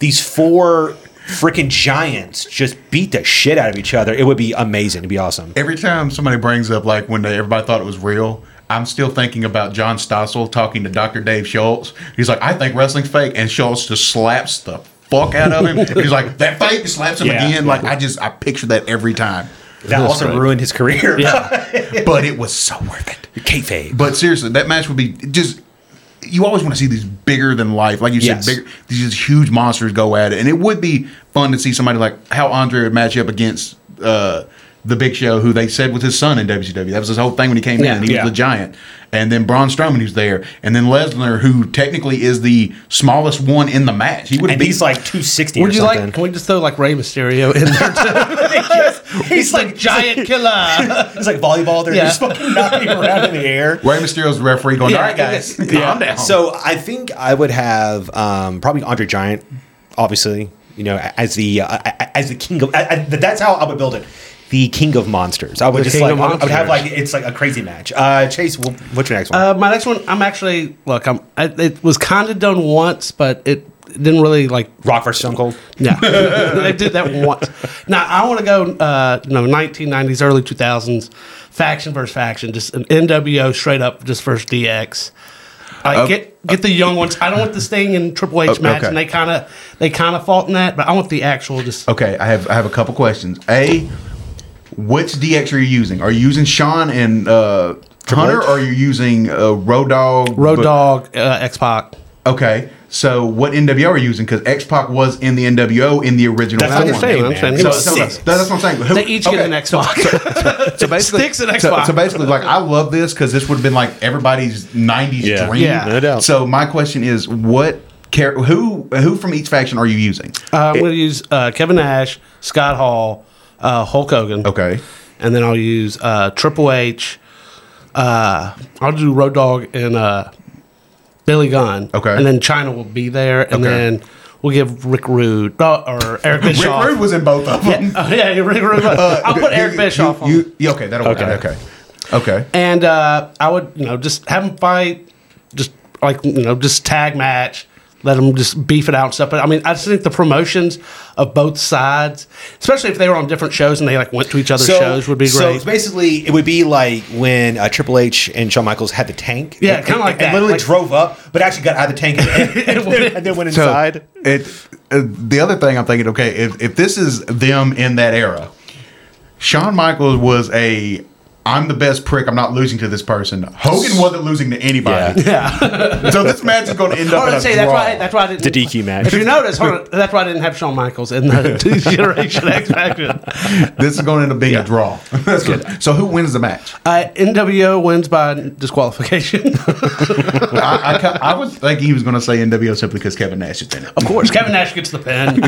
Speaker 1: these four freaking giants just beat the shit out of each other. It would be amazing. It'd be awesome.
Speaker 3: Every time somebody brings up like when they, everybody thought it was real, I'm still thinking about John Stossel talking to Dr. Dave Schultz. He's like, I think wrestling's fake, and Schultz just slaps the fuck out of him. He's like, that fake, and slaps him
Speaker 1: Yeah.
Speaker 3: again. Like I just I picture that every time,
Speaker 1: That also ruined his career.
Speaker 3: but it was so worth it.
Speaker 1: Kayfabe.
Speaker 3: But seriously, that match would be just. You always want to see these bigger than life, like you
Speaker 1: Yes.
Speaker 3: said, bigger, these huge monsters go at it, and it would be fun to see somebody like how Andre would match up against uh, the Big Show, who they said was his son in WCW. That was his whole thing when he came
Speaker 4: Yeah.
Speaker 3: in, and he
Speaker 1: Yeah.
Speaker 3: was the giant, and then Braun Strowman who's there, and then Lesnar, who technically is the smallest one in the match. He would
Speaker 1: and
Speaker 3: be
Speaker 1: he's like 260
Speaker 4: Would
Speaker 1: or
Speaker 4: you
Speaker 1: something.
Speaker 4: like? Can we just throw like Rey Mysterio in there?
Speaker 1: he's like
Speaker 4: Giant killer.
Speaker 1: It's like volleyball. They're
Speaker 4: Yeah.
Speaker 1: just fucking knocking around in the air.
Speaker 3: Rey Mysterio's referee going,
Speaker 4: Yeah,
Speaker 3: "All right, guys,
Speaker 4: yeah.
Speaker 3: calm down."
Speaker 1: So I think I would have um, probably Andre Giant, obviously. You know, as the uh, as the king of I, I, that's how I would build it. The king of monsters. I would
Speaker 4: The
Speaker 1: just
Speaker 4: king
Speaker 1: like
Speaker 4: of
Speaker 1: I would- I would have like
Speaker 4: monsters.
Speaker 1: it's like a crazy match. Uh, Chase, wh- what's your next one?
Speaker 4: Uh, my next one, I'm actually look. I'm. I, it was kind of done once, but it didn't really like.
Speaker 1: Rock versus Stone Cold.
Speaker 4: Yeah, they did that once. Now I want to go. Uh, you know, 1990s, early 2000s, faction versus faction, just an NWO straight up, just versus DX. Like get get the young ones. I don't want this thing in Triple H
Speaker 3: Oh,
Speaker 4: match,
Speaker 3: okay. Oh,
Speaker 4: and they kind of they kind of fought in that, but I want the actual just.
Speaker 3: Okay, I have I have a couple questions. A, which DX are you using? Are you using Sean and uh, Hunter, or are you using uh, Road Dog?
Speaker 4: Road Dog, uh, X Pac.
Speaker 3: Okay, so what NWO are you using? Because X Pac was in the NWO in the original
Speaker 1: That's
Speaker 4: I
Speaker 1: what
Speaker 3: form.
Speaker 1: I'm saying. man.
Speaker 4: understand. I'm saying.
Speaker 1: He
Speaker 3: So,
Speaker 1: was
Speaker 3: so
Speaker 1: six.
Speaker 3: that's what I'm saying. Who-
Speaker 4: They each
Speaker 3: okay,
Speaker 4: get an X Pac.
Speaker 3: So basically,
Speaker 4: Sticks and
Speaker 3: so,
Speaker 4: Xbox.
Speaker 3: so basically, like I love this because this would have been like everybody's '90s
Speaker 1: Yeah.
Speaker 3: dream.
Speaker 4: Yeah. No
Speaker 1: doubt.
Speaker 3: So my question is, what char- who who from each faction are you using?
Speaker 4: Uh, I'm going to use uh, Kevin Nash, Scott Hall, uh, Hulk Hogan.
Speaker 3: Okay.
Speaker 4: And then I'll use uh, Triple H. Uh, I'll do Road Dog and uh, Billy Gunn.
Speaker 3: Okay.
Speaker 4: And then China will be there. And
Speaker 3: Okay.
Speaker 4: then we'll give Rick Rude uh, or Eric
Speaker 3: Rick
Speaker 4: Bischoff.
Speaker 3: Rude was in both of them.
Speaker 4: Yeah, oh, yeah, Rick Rude. I'll put Eric Bischoff on.
Speaker 3: You, you, okay, that'll work.
Speaker 1: Okay.
Speaker 3: out. Okay. Okay.
Speaker 4: and uh, I would, you know, just have them fight, just like you know, just tag match, let them just beef it out and stuff. But I mean, I just think the promotions of both sides, especially if they were on different shows and they like went to each other's shows, would be
Speaker 1: so
Speaker 4: great.
Speaker 1: it's basically, it would be like when uh, Triple H and Shawn Michaels had the tank.
Speaker 4: Yeah,
Speaker 1: And-
Speaker 4: kinda
Speaker 1: and-
Speaker 4: like
Speaker 1: and
Speaker 4: that.
Speaker 1: literally
Speaker 4: Like-
Speaker 1: drove up, but actually got out of the tank and, and, then, and then went
Speaker 3: So
Speaker 1: inside.
Speaker 3: it uh, the other thing I'm thinking, okay, if, if this is them in that era, Shawn Michaels was a I'm the best prick. I'm not losing to this person. Hogan wasn't losing to anybody.
Speaker 4: Yeah.
Speaker 3: so this match is going to end
Speaker 4: Hold
Speaker 3: up
Speaker 4: on
Speaker 3: in
Speaker 4: a
Speaker 3: a
Speaker 4: second,
Speaker 3: draw.
Speaker 4: that's why. That's why I didn't.
Speaker 1: The DQ match.
Speaker 4: If you notice, hold on, that's why I didn't have Shawn Michaels in the Generation X faction.
Speaker 3: this is going to end up being a draw. That's good. So who wins the match?
Speaker 4: Uh, NWO wins by disqualification.
Speaker 3: I, I, ca- I was thinking he was going to say NWO simply because Kevin Nash is in it.
Speaker 4: of course, Kevin Nash gets the pin.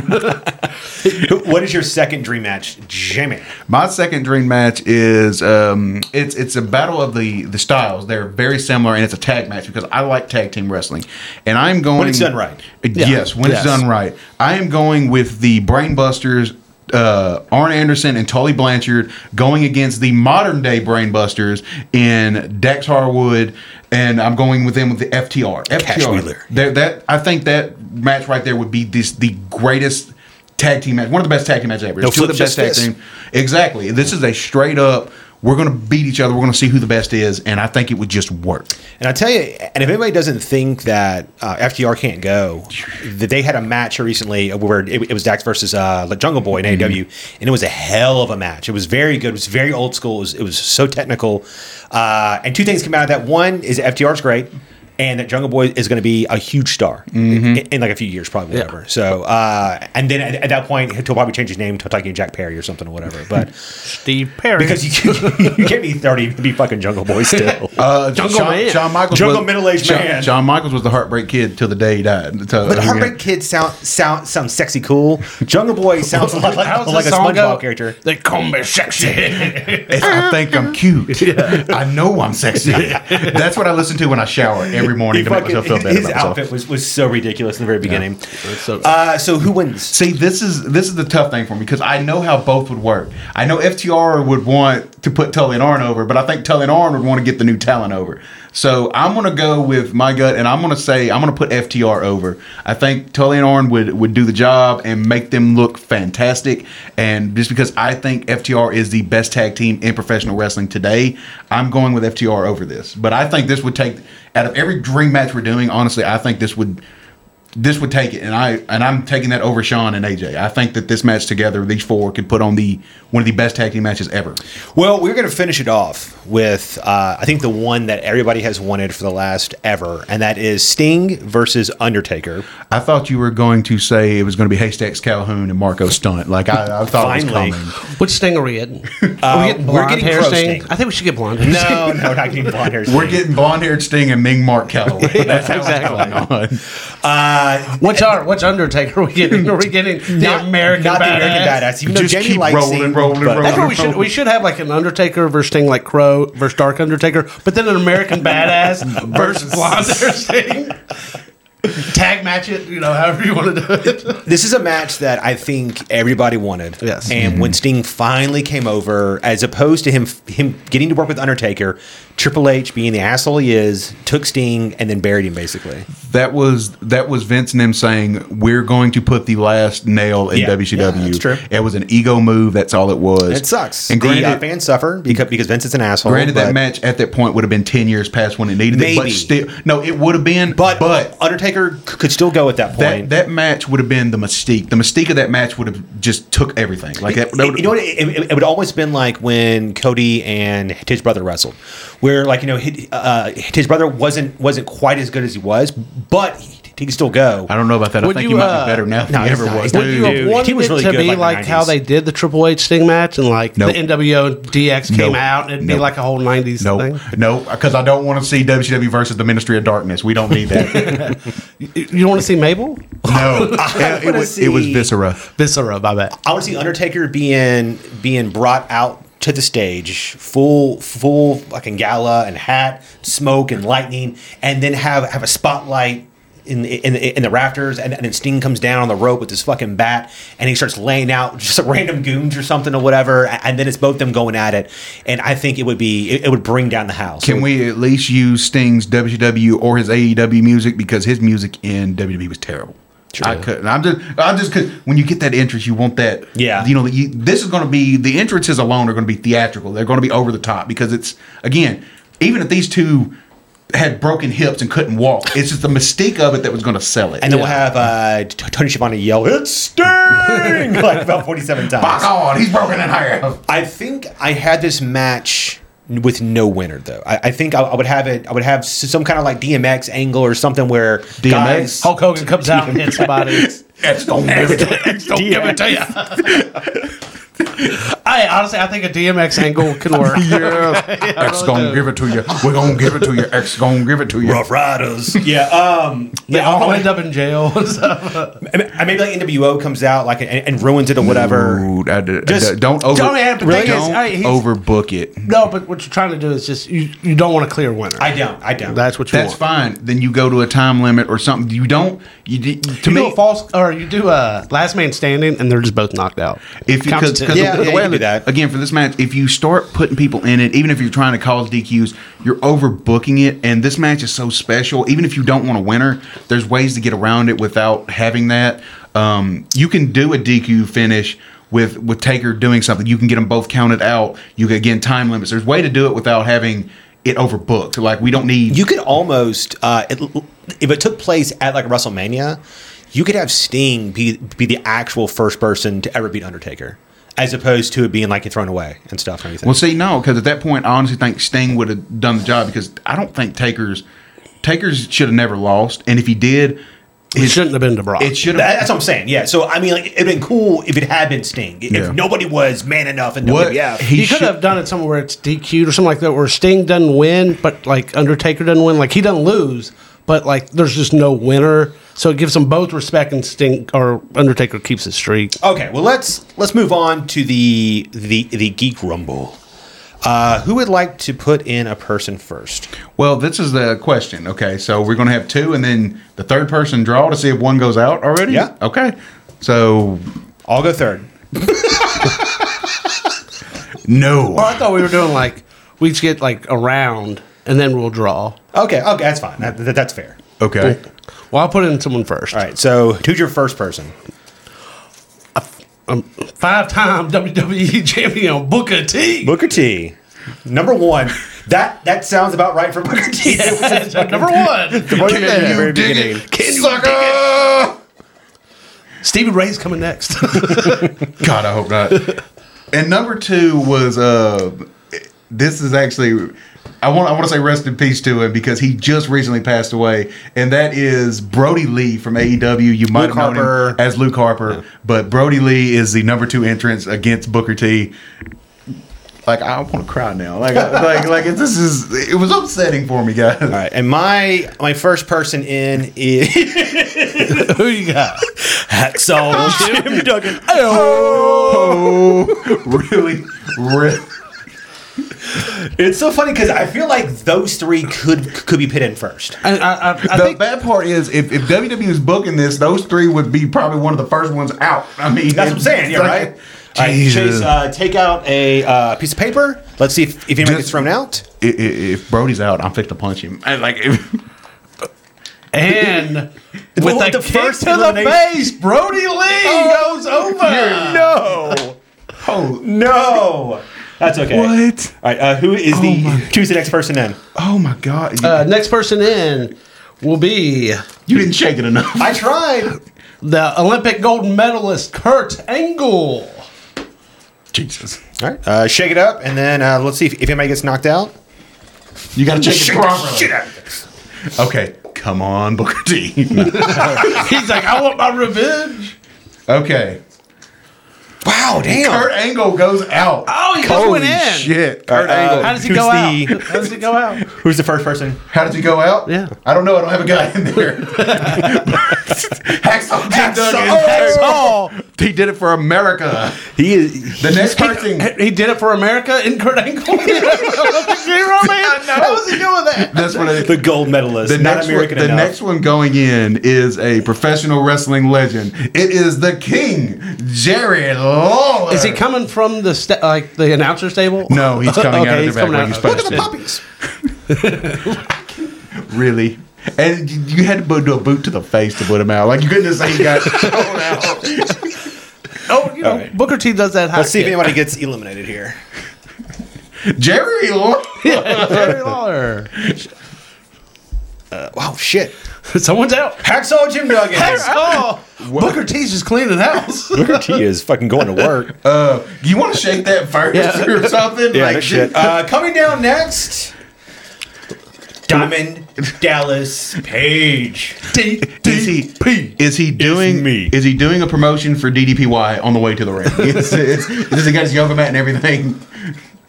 Speaker 1: Who- What is your second dream match, Jimmy?
Speaker 3: My second dream match is um, it's it's a battle of the the styles. They're very similar, and it's a tag match because I like tag team wrestling, and I'm going Uh,
Speaker 1: it's done right.
Speaker 3: Yes, when it's
Speaker 4: Yes.
Speaker 3: done right, I am going with the Brainbusters. Uh, Arn Anderson and Tully Blanchard going against the modern day Brainbusters in Dax Harwood, and I'm going with them with the FTR. FTR.
Speaker 1: Wheeler.
Speaker 3: That, that I think that match right there would be this the greatest tag team match, one of the best tag team matches ever.
Speaker 1: No
Speaker 3: It's two of
Speaker 1: flip,
Speaker 3: the
Speaker 1: just
Speaker 3: best tag
Speaker 1: fist.
Speaker 3: team. Exactly. This is a straight up. We're gonna beat each other. We're gonna see who the best is, and I think it would just work.
Speaker 1: And I tell you, and if anybody doesn't think that uh, FTR can't go, that they had a match recently where it, it was Dax versus uh, like Jungle Boy in AEW, and it was a hell of a match. It was very good. It was very old school. It was, it was so technical. Uh, and two things came out of that. One is FTR's great. And that Jungle Boy is going to be a huge star in, in like a few years, probably whatever. So, uh, and then at, at that point, he'll probably change his name to Taking Jack Perry or something or whatever. But
Speaker 4: Steve Perry.
Speaker 1: because you, you can't be thirty and be fucking Jungle Boy still.
Speaker 3: Uh,
Speaker 4: Jungle
Speaker 3: Shawn-
Speaker 4: Man.
Speaker 3: Shawn Michaels
Speaker 1: Jungle
Speaker 3: was-
Speaker 1: middle-aged
Speaker 3: Shawn-
Speaker 1: man.
Speaker 3: Shawn Michaels was the Heartbreak Kid till the day he died. Till-
Speaker 1: But
Speaker 3: he-
Speaker 1: Heartbreak Kid sound sound sounds sexy cool. Jungle Boy sounds like, like,
Speaker 4: How's
Speaker 1: like a
Speaker 4: the song go?
Speaker 1: SpongeBob character.
Speaker 4: They call me sexy.
Speaker 3: It's, I think I'm cute. I know I'm sexy. That's what I listen to when I shower every morning to make myself feel better
Speaker 1: his
Speaker 3: about myself.
Speaker 1: outfit was, was so ridiculous in the very beginning.
Speaker 4: so-
Speaker 1: uh, so who wins?
Speaker 3: See, this is this is the tough thing for me because I know how both would work. I know FTR would want to put Tully and Arn over, but I think Tully and Arn would want to get the new talent over. So I'm gonna go with my gut, and I'm gonna say I'm gonna put FTR over. I think Tully and Arn would would do the job and make them look fantastic. And just because I think FTR is the best tag team in professional wrestling today, I'm going with FTR over this. But I think this would take out of every dream match we're doing. Honestly, I think this would this would take it, and I and I'm taking that over Sean and AJ. I think that this match together, these four could put on the one of the best tag team matches ever.
Speaker 1: Well, we're going to finish it off with uh, I think the one that everybody has wanted for the last ever, and that is Sting versus Undertaker.
Speaker 3: I thought you were going to say it was going to be Haystacks Calhoun and Marco Stunt. Like I, I thought
Speaker 1: Finally.
Speaker 3: it was Oh, coming.
Speaker 4: Which sting are we getting? are we getting
Speaker 1: we're
Speaker 4: blonde
Speaker 1: getting
Speaker 4: hair
Speaker 1: crow
Speaker 4: sting?
Speaker 1: sting.
Speaker 4: I think we should get blonde.
Speaker 1: No, no, not getting blonde hair.
Speaker 3: We're getting blonde haired Sting and Ming Mark Calloway. That's how
Speaker 4: exactly.
Speaker 3: it's going on.
Speaker 1: uh,
Speaker 4: Which are which Undertaker are we getting? Are we getting the American
Speaker 1: not
Speaker 4: badass?
Speaker 1: the American badass. Even though
Speaker 3: Just
Speaker 1: Jamie
Speaker 3: keep
Speaker 1: likes
Speaker 3: rolling,
Speaker 1: Sting,
Speaker 3: rolling,
Speaker 1: but-
Speaker 3: rolling.
Speaker 4: That's what we should we should have like an Undertaker versus Sting like Crow versus Dark Undertaker, but then an American badass versus blonde hair Sting. Tag match it, you know, however you want to do it.
Speaker 1: This is a match that I think everybody wanted.
Speaker 4: Yes.
Speaker 1: And
Speaker 3: Mm-hmm.
Speaker 1: when Sting finally came over, as opposed to him him getting to work with Undertaker, Triple H being the asshole he is, took Sting and then buried him basically.
Speaker 3: That was that was Vince and him saying we're going to put the last nail in
Speaker 1: Yeah.
Speaker 3: WCW.
Speaker 1: Yeah, that's true.
Speaker 3: It was an ego move. That's all it was.
Speaker 1: It sucks.
Speaker 3: And
Speaker 1: the uh,
Speaker 3: granted,
Speaker 1: fans suffer because because Vince is an asshole.
Speaker 3: Granted,
Speaker 1: Oh, but-
Speaker 3: that match at that point would have been ten years past when it needed
Speaker 1: Maybe.
Speaker 3: it, but still, no, it would have been.
Speaker 1: but,
Speaker 3: but
Speaker 1: Undertaker c- could still go at that
Speaker 3: that
Speaker 1: point.
Speaker 3: that match would have been the mystique. The mystique of that match would have just took everything. Like that, that would,
Speaker 1: you know what? It, it, it would almost been like when Cody and his brother wrestled, where like you know his, uh, his brother wasn't wasn't quite as good as he was, but he, he could still go.
Speaker 3: I don't know about that. I
Speaker 4: Would
Speaker 3: think
Speaker 4: you,
Speaker 3: he might
Speaker 4: uh,
Speaker 3: be better now than
Speaker 1: no,
Speaker 3: he
Speaker 1: he's
Speaker 3: ever
Speaker 1: not.
Speaker 3: was.
Speaker 1: He's not. uh,
Speaker 4: Would you
Speaker 1: Dude,
Speaker 4: have
Speaker 1: he
Speaker 4: wanted
Speaker 1: was really
Speaker 4: it to
Speaker 1: good,
Speaker 4: be
Speaker 1: like,
Speaker 4: like,
Speaker 1: in the
Speaker 4: how
Speaker 1: 90s.
Speaker 4: they did the Triple H Sting match and like
Speaker 3: Nope.
Speaker 4: the NWO DX came
Speaker 3: Nope.
Speaker 4: out and it'd be
Speaker 3: Nope.
Speaker 4: like a whole nineties
Speaker 3: No,
Speaker 4: thing?
Speaker 3: no, because I don't want to see WCW versus the Ministry of Darkness. We don't need that.
Speaker 4: You, you want to see Mabel?
Speaker 3: no, it, it
Speaker 1: wanna
Speaker 3: was, it was
Speaker 1: see-
Speaker 3: viscera.
Speaker 4: Viscera, I bet.
Speaker 1: I want to see Undertaker being being brought out to the stage, full full fucking gala and hat, smoke and lightning, and then have have a spotlight. In, in, in the rafters, and, and then Sting comes down on the rope with his fucking bat, and he starts laying out just random goons or something or whatever, and then it's both them going at it, and I think it would be it, it would bring down the house.
Speaker 3: Can we at least use Sting's WCW or his AEW music because his music in WWE was terrible. I couldn't. I'm just, I'm just because when you get that entrance, you want that.
Speaker 1: Yeah.
Speaker 3: You know, you, this is going to be the entrances alone are going to be theatrical. They're going to be over the top because it's again, even if these two had broken hips and couldn't walk, it's just the mystique of it that was going to sell it.
Speaker 1: And then we'll have uh, T- Tony Schiavone yell, "It's Sting!" like about forty-seven times.
Speaker 3: Fuck on, he's broken in half.
Speaker 1: I think I had this match with no winner though. I, I think I, I would have it. I would have s- some kind of like DMX angle or something where
Speaker 3: DMX?
Speaker 1: guys-
Speaker 3: Oh,
Speaker 4: Hulk Hogan comes out and hits somebody.
Speaker 3: X don't give it. X don't give it to you.
Speaker 4: I honestly, I think a DMX angle could work.
Speaker 3: Yeah. X gonna give it to you. We're gonna give it to you. X gonna give it to you.
Speaker 2: Rough Riders.
Speaker 1: yeah. Um,
Speaker 4: They all end up in jail. and stuff.
Speaker 1: I maybe like NWO comes out like and, and ruins it or whatever.
Speaker 3: Dude, I did-
Speaker 1: Just-
Speaker 3: don't over,
Speaker 4: Don't have to
Speaker 3: really?
Speaker 4: think it's-
Speaker 3: don't
Speaker 4: I- he's-
Speaker 3: overbook it.
Speaker 4: no, but what you're trying to do is just you, you don't want a clear winner.
Speaker 1: I don't. I don't.
Speaker 4: That's what you
Speaker 3: That's
Speaker 4: want.
Speaker 3: fine. Then you go to a time limit or something. You don't. You, d- to
Speaker 4: You do
Speaker 3: me,
Speaker 4: a false, or you do a last man standing, and they're just both knocked out.
Speaker 3: if you
Speaker 4: Counts
Speaker 3: because
Speaker 4: to-
Speaker 1: Yeah,
Speaker 3: the,
Speaker 1: yeah,
Speaker 3: the way
Speaker 1: you
Speaker 3: I
Speaker 1: can
Speaker 3: look-
Speaker 1: do that.
Speaker 3: again for this match, if you start putting people in it, even if you're trying to cause DQs, you're overbooking it. And this match is so special. Even if you don't want a winner, there's ways to get around it without having that. Um, you can do a DQ finish. With, with Taker doing something, you can get them both counted out. You can again time limits. There's way to do it without having it overbooked. Like we don't need
Speaker 1: You could almost, uh, it, if it took place at like WrestleMania, you could have Sting be be the actual first person to ever beat Undertaker, as opposed to it being like thrown away and stuff. Or anything.
Speaker 3: Well, see, no, because at that point, I honestly think Sting would have done the job because I don't think Taker's Taker's should have never lost, and if he did,
Speaker 4: it
Speaker 3: his-
Speaker 4: shouldn't have been to Brock.
Speaker 3: it should
Speaker 1: That-
Speaker 3: have.
Speaker 1: that's what I'm saying. Yeah. So I mean, like, it'd been cool if it had been Sting. If
Speaker 3: Yeah.
Speaker 1: nobody was man enough and
Speaker 3: What
Speaker 1: WWF.
Speaker 3: he
Speaker 4: you could
Speaker 3: should-
Speaker 4: have done it somewhere where it's DQ'd or something like that, where Sting doesn't win, but like Undertaker doesn't win. Like he doesn't lose, but like there's just no winner. So it gives them both respect, and Sting or Undertaker keeps his streak.
Speaker 1: Okay. Well, let's let's move on to the the the Geek Rumble. Uh, who would like to put in a person first?
Speaker 3: Well, this is the question. Okay, so we're going to have two, and then the third person draw to see if one goes out already.
Speaker 1: Yeah.
Speaker 3: Okay. So
Speaker 1: I'll go third.
Speaker 3: no.
Speaker 4: Well, Oh, I thought we were doing like we each get like a round, and then we'll draw.
Speaker 1: Okay. Okay. That's fine. That, that- that's fair.
Speaker 3: Okay.
Speaker 4: Well, I'll put in someone first.
Speaker 1: All right. So who's your first person?
Speaker 4: Um, five-time WWE champion Booker T.
Speaker 1: Booker T. Number one. That that sounds about right for Booker T.
Speaker 4: Number one.
Speaker 1: Booker T at the very beginning.
Speaker 3: Can you sucker?
Speaker 4: Stevie Ray's coming next.
Speaker 3: God, I hope not. and number two was uh, this is actually I want I want to say rest in peace to him because he just recently passed away, and that is Brody Lee from AEW. You might
Speaker 1: Luke
Speaker 3: have known
Speaker 1: Harper.
Speaker 3: him as Luke Harper, but Brody Lee is the number two entrance against Booker T. Like I want to cry now. Like I- like like this is it was upsetting for me, guys.
Speaker 1: All right, and my my first person in is
Speaker 4: Who you got?
Speaker 1: Hacksaw Jim Duggan.
Speaker 3: Oh, really, really.
Speaker 1: It's so funny because I feel like those three could could be put in first.
Speaker 4: I, I, I, I
Speaker 3: the
Speaker 4: think
Speaker 3: bad part is if, if WWE is booking this, those three would be probably one of the first ones out. I mean,
Speaker 1: That's what I'm saying, yeah,
Speaker 3: it's
Speaker 1: right?
Speaker 3: like-
Speaker 1: All right, Chase,
Speaker 3: Jesus.
Speaker 1: uh, take out a uh, piece of paper. Let's see if, if anybody gets thrown out.
Speaker 3: I- i- if Brody's out, I'm fixed to punch him. I like, if,
Speaker 4: And with
Speaker 1: Well,
Speaker 4: the first to the
Speaker 1: elimination-
Speaker 4: face, Brody Lee goes over.
Speaker 1: No,
Speaker 3: oh,
Speaker 1: no, that's okay.
Speaker 3: What?
Speaker 1: All right, uh, who is the who's the next person in?
Speaker 3: oh my God, you,
Speaker 4: Uh, next person in will be
Speaker 3: you didn't shake it enough.
Speaker 1: I tried.
Speaker 4: the Olympic gold medalist Kurt Angle.
Speaker 3: Jesus,
Speaker 1: All right, uh, shake it up, and then uh, let's see if, if anybody gets knocked out.
Speaker 3: you got to shake it
Speaker 1: Shake the
Speaker 3: properly.
Speaker 1: shit out of this.
Speaker 3: Okay, come on, Booker T.
Speaker 4: He's like, I want my revenge.
Speaker 3: okay,
Speaker 1: Wow, damn.
Speaker 3: Kurt Angle goes out.
Speaker 4: Oh, he just went in.
Speaker 3: shit,
Speaker 1: All
Speaker 3: Kurt
Speaker 1: right, uh,
Speaker 3: Angle.
Speaker 4: How does he
Speaker 1: Who's
Speaker 4: go
Speaker 1: the-
Speaker 4: out? How does he go out?
Speaker 1: Who's the first person?
Speaker 3: How did you go out?
Speaker 4: Yeah.
Speaker 3: I don't know. I don't have a guy in there. Hacksaw Jim Duggan.
Speaker 4: Oh,
Speaker 3: He did it for America.
Speaker 1: He is.
Speaker 3: The next person,
Speaker 4: he did it for America in Kurt Angle. Zero man. How is he doing that?
Speaker 3: that's what I,
Speaker 1: The gold medalist,
Speaker 3: the
Speaker 1: not
Speaker 3: next one,
Speaker 1: American
Speaker 3: the
Speaker 1: enough.
Speaker 3: next one going in is a professional wrestling legend. It is the King Jerry Lawler.
Speaker 4: Is he coming from the sta- like the announcer's table?
Speaker 3: No, he's coming out
Speaker 4: Okay,
Speaker 3: of
Speaker 4: he's
Speaker 3: the back
Speaker 4: coming
Speaker 3: like
Speaker 4: out.
Speaker 3: he's
Speaker 4: Look
Speaker 3: supposed to. Really. And you- you had to bo- do a boot to the face to put him out. Like you couldn't just say he got thrown out.
Speaker 4: Oh, you know,
Speaker 1: right.
Speaker 4: Booker T does that.
Speaker 1: Let's see if anybody gets eliminated here.
Speaker 3: Jerry Lawler.
Speaker 4: Jerry Lawler.
Speaker 1: oh shit!
Speaker 4: Someone's out.
Speaker 1: Hacksaw Jim Duggan.
Speaker 4: Oh, Booker T's just cleaning house.
Speaker 1: Booker T is fucking going to work.
Speaker 3: Uh, you want to shake that first
Speaker 4: Yeah.
Speaker 3: or something?
Speaker 1: yeah,
Speaker 3: Like,
Speaker 1: no shit. Uh, coming down next, Diamond Dallas Page.
Speaker 4: D
Speaker 3: Is
Speaker 4: D
Speaker 3: he is he doing
Speaker 1: me.
Speaker 3: Is he doing a promotion for DDPY on the way to the ring? It's, it's, does he got his yoga mat and everything?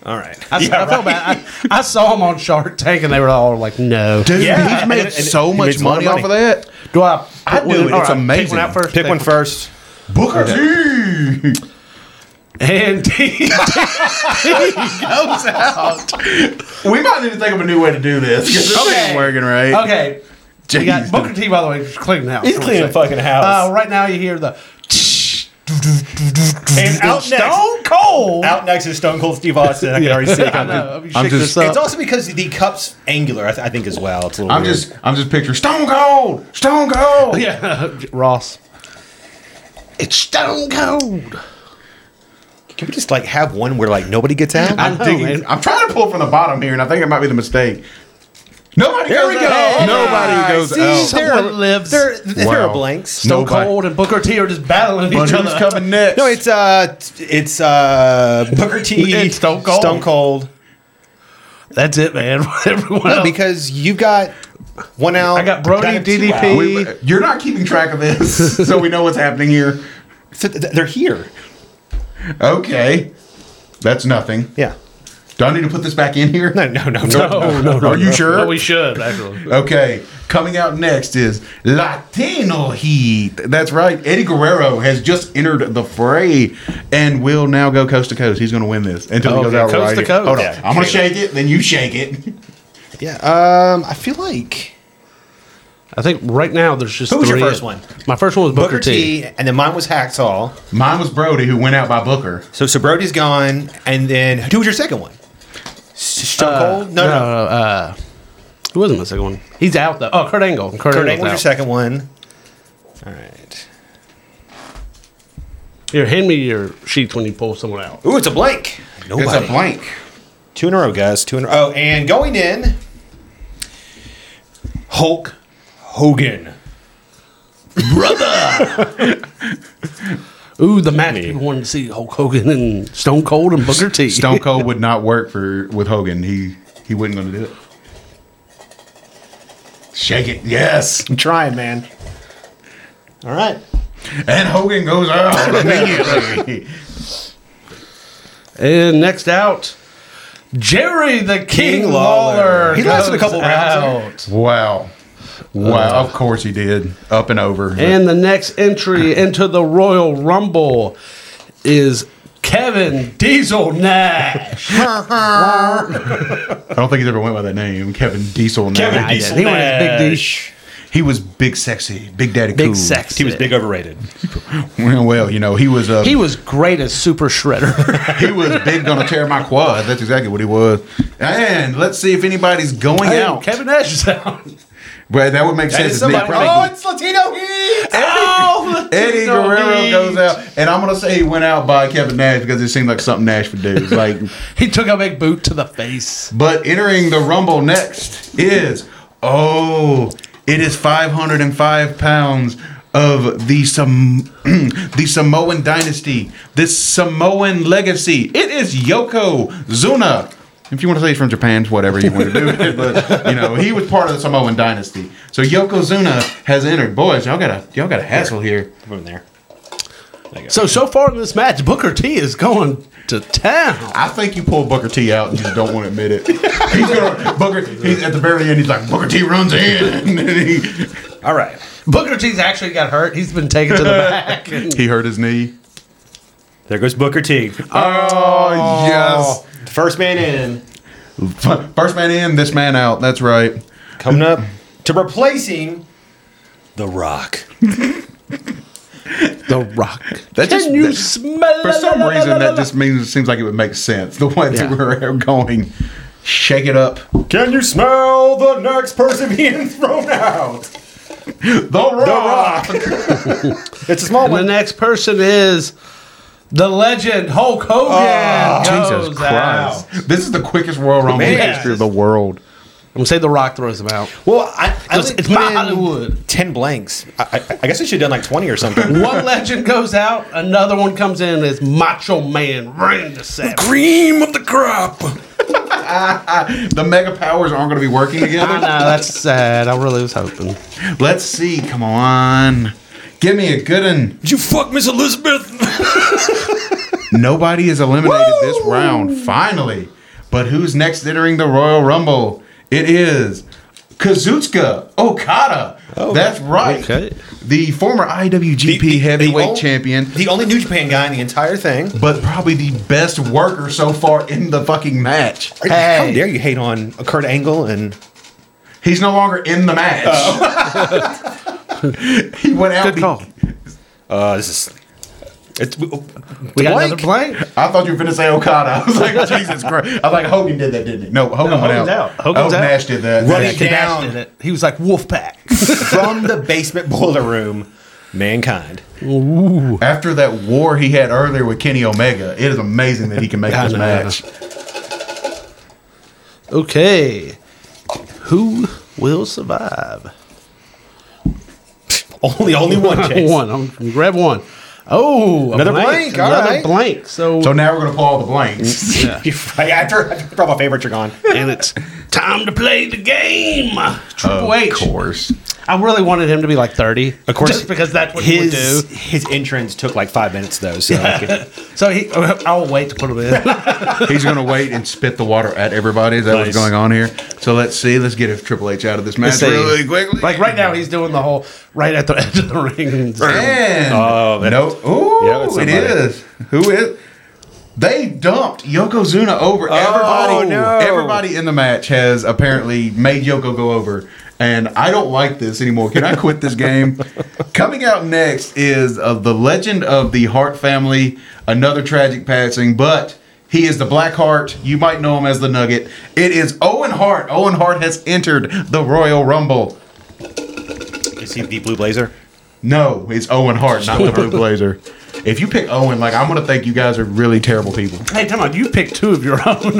Speaker 1: All right.
Speaker 4: I, s- I felt bad. I, I saw him on Shark Tank, and they were all like, "No."
Speaker 3: Dude,
Speaker 1: Yeah,
Speaker 3: he's
Speaker 1: and-
Speaker 3: made
Speaker 1: and-
Speaker 3: so
Speaker 1: he
Speaker 3: much
Speaker 1: makes a lot
Speaker 3: money,
Speaker 1: of
Speaker 3: off of that.
Speaker 4: Do I?
Speaker 3: I do it.
Speaker 4: All
Speaker 3: It's amazing.
Speaker 4: Pick one out first.
Speaker 1: Pick one first.
Speaker 3: Booker T
Speaker 4: And D.
Speaker 3: goes out. we might need to think of a new way to do this. 'cause This
Speaker 4: Okay.
Speaker 3: ain't working right.
Speaker 4: Okay. We got
Speaker 3: Jeez.
Speaker 4: Booker T, by the way, just cleaning house.
Speaker 1: He's
Speaker 4: for a
Speaker 1: cleaning
Speaker 4: second.
Speaker 1: fucking house.
Speaker 4: Uh, right now, you hear the.
Speaker 1: And out next,
Speaker 4: Stone Cold.
Speaker 1: out next is Stone Cold Steve Austin. I can already see it
Speaker 4: I
Speaker 1: coming.
Speaker 4: know. If you
Speaker 3: I'm
Speaker 4: shake
Speaker 3: just-
Speaker 4: this up.
Speaker 1: It's also because the cup's angular, I, th- I think, as well. It's a little
Speaker 3: I'm
Speaker 1: weird.
Speaker 3: just I'm just picturing Stone Cold, Stone Cold.
Speaker 4: yeah, Ross. It's Stone Cold.
Speaker 1: Can we just like have one where like nobody gets out?
Speaker 4: I know,
Speaker 3: Digging-
Speaker 4: man.
Speaker 3: I'm trying to pull from the bottom here, and I think it might be the mistake. Nobody
Speaker 1: There
Speaker 3: goes
Speaker 1: we go.
Speaker 3: out.
Speaker 1: Hey,
Speaker 3: Nobody goes
Speaker 1: see,
Speaker 3: out.
Speaker 1: there
Speaker 4: Someone
Speaker 1: are-
Speaker 4: lives.
Speaker 1: There, there
Speaker 3: Wow.
Speaker 1: are blanks.
Speaker 3: No.
Speaker 4: Stone
Speaker 3: Nobody.
Speaker 4: Cold and Booker T are just battling
Speaker 3: But
Speaker 4: each
Speaker 3: who's
Speaker 4: other.
Speaker 3: coming next?
Speaker 1: No, it's uh, t- it's uh, Booker T.
Speaker 4: It's Stone Cold.
Speaker 1: Stone Cold.
Speaker 4: That's it, man. Everyone
Speaker 1: No,
Speaker 4: else.
Speaker 1: because you've got one out.
Speaker 4: I got Brody,
Speaker 1: Got two
Speaker 4: DDP.
Speaker 1: out.
Speaker 3: We- you're not keeping track of this, so we know what's happening here.
Speaker 1: So th- they're here.
Speaker 3: Okay, that's nothing.
Speaker 1: Yeah.
Speaker 3: Do I need to put this back in here?
Speaker 1: No, no, no, no.
Speaker 4: no, no, no.
Speaker 3: Are you
Speaker 4: no.
Speaker 3: sure?
Speaker 4: No, we should actually.
Speaker 3: Okay, coming out next is Latino Heat. That's right. Eddie Guerrero has just entered the fray and will now go coast to coast. He's going to win this until he
Speaker 4: Okay,
Speaker 3: goes out
Speaker 4: coast
Speaker 3: right
Speaker 4: to
Speaker 3: here.
Speaker 4: coast.
Speaker 3: Hold on.
Speaker 4: Oh, Yeah,
Speaker 3: I'm going to shake it, then you shake it.
Speaker 1: Yeah. Um, I feel like
Speaker 4: I think right now there's just
Speaker 1: Who was your
Speaker 4: three.
Speaker 1: first one?
Speaker 4: My first one was Booker,
Speaker 1: Booker
Speaker 4: T.
Speaker 1: T. And then mine was Hacksaw.
Speaker 3: Mine was Brody, who went out by Booker.
Speaker 1: So so Brody's gone, and then who was your second one? S- Stone Cold. No,
Speaker 4: No,
Speaker 1: no.
Speaker 4: no,
Speaker 1: no.
Speaker 4: uh, who wasn't my second one? He's out though. Oh, Kurt Angle. Kurt,
Speaker 1: Kurt
Speaker 4: Angle's
Speaker 1: Angle was your
Speaker 4: out.
Speaker 1: second one. All right.
Speaker 4: Here, hand me your sheets when you pull someone out.
Speaker 1: Ooh, it's a blank. Nobody.
Speaker 3: It's a blank.
Speaker 1: Two in a row, guys. Two in a row. Oh, and going in, Hulk Hogan.
Speaker 4: Ooh, the match people wanted to see Hulk Hogan and Stone Cold and Booker T.
Speaker 3: Stone Cold would not work for with Hogan. He he wasn't going to do it. Shake it. Yes.
Speaker 1: I'm trying, man. All right.
Speaker 3: And Hogan goes out immediately.
Speaker 4: And next out, Jerry the King,
Speaker 1: King
Speaker 4: Lawler.
Speaker 1: Lawler. He lasted a
Speaker 4: goes
Speaker 1: couple rounds
Speaker 3: wow. Wow. of course he did. Up and over.
Speaker 4: And the next entry into the Royal Rumble is Kevin Diesel Nash.
Speaker 3: I don't think he's ever went by that name. Kevin Diesel. Now.
Speaker 1: Kevin
Speaker 4: I
Speaker 1: Diesel
Speaker 4: did. He went as Big D.
Speaker 1: Nash.
Speaker 3: He was big, sexy, big daddy,
Speaker 4: Big
Speaker 3: cool.
Speaker 4: sexy.
Speaker 1: He was big overrated.
Speaker 3: Well, well, you know, he was. Uh,
Speaker 4: He
Speaker 3: he,
Speaker 4: was great as Super Shredder.
Speaker 3: was big, gonna tear my quad. That's exactly what he was. And let's see if anybody's going out.
Speaker 4: Kevin Nash is out.
Speaker 3: Well, that would make sense.
Speaker 1: is
Speaker 3: It's Nick
Speaker 1: somebody-
Speaker 3: Cross.
Speaker 1: Oh,
Speaker 3: it's Latino Heat.
Speaker 4: Oh,
Speaker 3: Eddie
Speaker 4: Latino
Speaker 3: Guerrero
Speaker 4: Heat.
Speaker 3: goes out, and I'm gonna say he went out by Kevin Nash because it seemed like something Nash would do. It's like,
Speaker 4: He took a big boot to the face.
Speaker 3: but entering the Rumble next is oh, it is 505 pounds of the Sam- the Samoan dynasty, this Samoan legacy. It is Yoko Zuna. If you want to say he's from Japan, whatever you want to do, but you know he was part of the Samoan dynasty. So Yokozuna has entered. Boys, y'all gotta y'all gotta hassle here.
Speaker 1: From there.
Speaker 4: So so far in this match, Booker T is going to town.
Speaker 3: I think you pulled Booker T out and you just don't want to admit it. He's gonna Booker. He's at the very end. He's like Booker T runs in. And then he,
Speaker 1: All right.
Speaker 4: Booker T's actually got hurt. He's been taken to the back.
Speaker 3: he hurt his knee.
Speaker 1: There goes Booker T.
Speaker 3: Oh
Speaker 1: First man in.
Speaker 3: yes. First man in, this man out. That's right.
Speaker 1: Coming up to replacing The Rock.
Speaker 4: the Rock.
Speaker 3: That just-
Speaker 4: Can you
Speaker 3: that-
Speaker 4: smell
Speaker 3: For some reason, that just means it seems like it would make sense the way that
Speaker 4: Yeah.
Speaker 3: we're going. Shake it up.
Speaker 1: Can you smell the next person being thrown out?
Speaker 3: The Rock.
Speaker 1: The Rock. it's a small
Speaker 4: And the
Speaker 1: one.
Speaker 4: next person is the legend Hulk Hogan.
Speaker 3: Jesus
Speaker 4: goes
Speaker 3: Christ!
Speaker 4: out.
Speaker 3: This is the quickest Royal Rumble in the
Speaker 1: Man.
Speaker 3: history of the world.
Speaker 4: gonna say The Rock throws him out.
Speaker 1: Well, I, I
Speaker 4: It's-
Speaker 1: only
Speaker 4: it's
Speaker 1: put
Speaker 4: my
Speaker 1: in
Speaker 4: Hollywood.
Speaker 1: Ten blanks. I, I, I guess I should have done like twenty or something.
Speaker 4: One legend goes out, another one comes in as Macho Man Randy Savage.
Speaker 2: Cream of the crop.
Speaker 3: The mega powers aren't going to be working
Speaker 4: I know
Speaker 3: together.
Speaker 4: that's sad. I really was hoping.
Speaker 3: Let's see. Come on. Give me a good one.
Speaker 2: Did you fuck Miss Elizabeth?
Speaker 3: Nobody is eliminated this round, finally. But who's next entering the Royal Rumble? It is Kazuchika Okada. That's right.
Speaker 4: Oh, okay.
Speaker 3: The former IWGP
Speaker 1: The- the- the
Speaker 3: Heavyweight
Speaker 1: ol-
Speaker 3: Champion,
Speaker 1: the only New Japan guy in the entire thing.
Speaker 3: but probably the best worker so far in the fucking match.
Speaker 1: How dare you hate on Kurt Angle and
Speaker 3: He's no longer in the match. he went out.
Speaker 4: Oh. Good call.
Speaker 1: uh, this is. It's,
Speaker 4: We got
Speaker 1: Blank.
Speaker 4: another blank.
Speaker 3: I thought you were going to say Okada. I was like, Jesus Christ. I was like, Hogan did that, didn't he? No, Hogan went
Speaker 4: Hogan's
Speaker 3: out.
Speaker 4: out. Hogan's
Speaker 3: oh,
Speaker 4: out.
Speaker 3: Nash did that.
Speaker 1: Running
Speaker 3: Nash
Speaker 1: down.
Speaker 3: did that.
Speaker 4: Nash did it. He was like Wolfpack.
Speaker 1: from the basement boiler room, mankind.
Speaker 3: After that war he had earlier with Kenny Omega, it is amazing that he can make
Speaker 4: I
Speaker 3: this
Speaker 4: know.
Speaker 3: match.
Speaker 4: Okay. Who will survive?
Speaker 1: Only, only one chase.
Speaker 4: one. I'm gonna grab one. Oh, a
Speaker 1: Another blank, all
Speaker 4: Another
Speaker 1: right.
Speaker 4: blank. So,
Speaker 3: So now we're gonna pull all the blanks.
Speaker 1: Right after, after all my favorites are gone.
Speaker 4: and it's time to play the game. Triple H.
Speaker 3: course.
Speaker 4: I really wanted him to be like 30.
Speaker 1: Of course,
Speaker 4: Just because that's what
Speaker 1: his
Speaker 4: he would
Speaker 1: his entrance took like five minutes though. So okay.
Speaker 4: do. So he, uh, I'll wait to put him in.
Speaker 3: He's gonna wait and spit the water at everybody. Is that
Speaker 1: Nice.
Speaker 3: what's going on here? So let's see. Let's get if Triple H out of this
Speaker 4: Let's
Speaker 3: match
Speaker 4: see.
Speaker 3: really quickly.
Speaker 4: like right now, he's doing the whole right at the edge of the ring.
Speaker 3: And
Speaker 1: Oh, that-
Speaker 3: no, ooh,
Speaker 1: Yeah, that's
Speaker 3: it
Speaker 1: somebody.
Speaker 3: is. Who is? They dumped Yokozuna over everybody.
Speaker 1: Oh, no.
Speaker 3: Everybody in the match has apparently made Yoko go over, and I don't like this anymore. Can I quit this game? Coming out next is of the legend of the Hart family. Another tragic passing, but. He is the Black Heart. You might know him as the Nugget. It is Owen Hart. Owen Hart has entered the Royal Rumble.
Speaker 1: you see the blue blazer.
Speaker 3: No, it's Owen Hart, not the Blue Blazer. If you pick Owen, like I'm gonna think you guys are really terrible people.
Speaker 4: Hey, come on, you picked two of your own.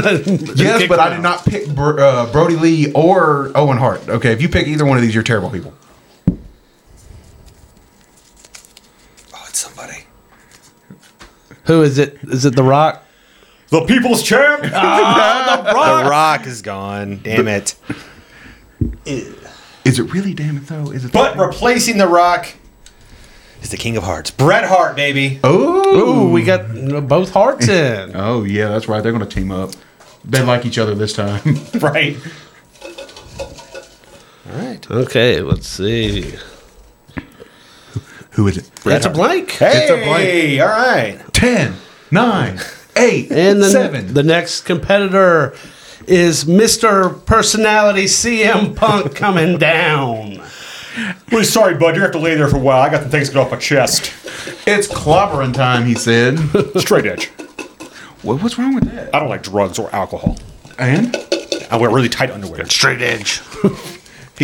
Speaker 3: Yes, but I did not pick Bro- uh, Brody Lee or Owen Hart. Okay, if you pick either one of these, you're terrible people.
Speaker 2: Oh, it's somebody.
Speaker 4: Who is it? Is it The Rock?
Speaker 1: The people's champ.
Speaker 4: The
Speaker 1: Ah, the Rock is gone. Damn it.
Speaker 3: Is it really? Damn it, though. Is it?
Speaker 1: But replacing the Rock is the King of Hearts, Bret Hart, baby.
Speaker 3: oh,
Speaker 4: Ooh, we got both hearts in.
Speaker 3: oh yeah, that's right. They're gonna team up. They like each other this time.
Speaker 1: Right. All right.
Speaker 4: Okay, let's see.
Speaker 3: Who is it?
Speaker 4: That's a blank.
Speaker 1: Hey,
Speaker 3: a blank.
Speaker 1: all right.
Speaker 3: Ten, nine, eight,
Speaker 4: And the,
Speaker 3: seven.
Speaker 4: the next competitor is Mr. Personality CM Punk coming down.
Speaker 1: Really sorry, bud. You have to lay there for a while. I got some things to get off my chest.
Speaker 3: it's clobbering time. He said.
Speaker 1: Straight edge.
Speaker 3: what, what's wrong with that?
Speaker 1: I don't like drugs or alcohol.
Speaker 3: And
Speaker 1: I wear really tight underwear.
Speaker 4: Straight edge.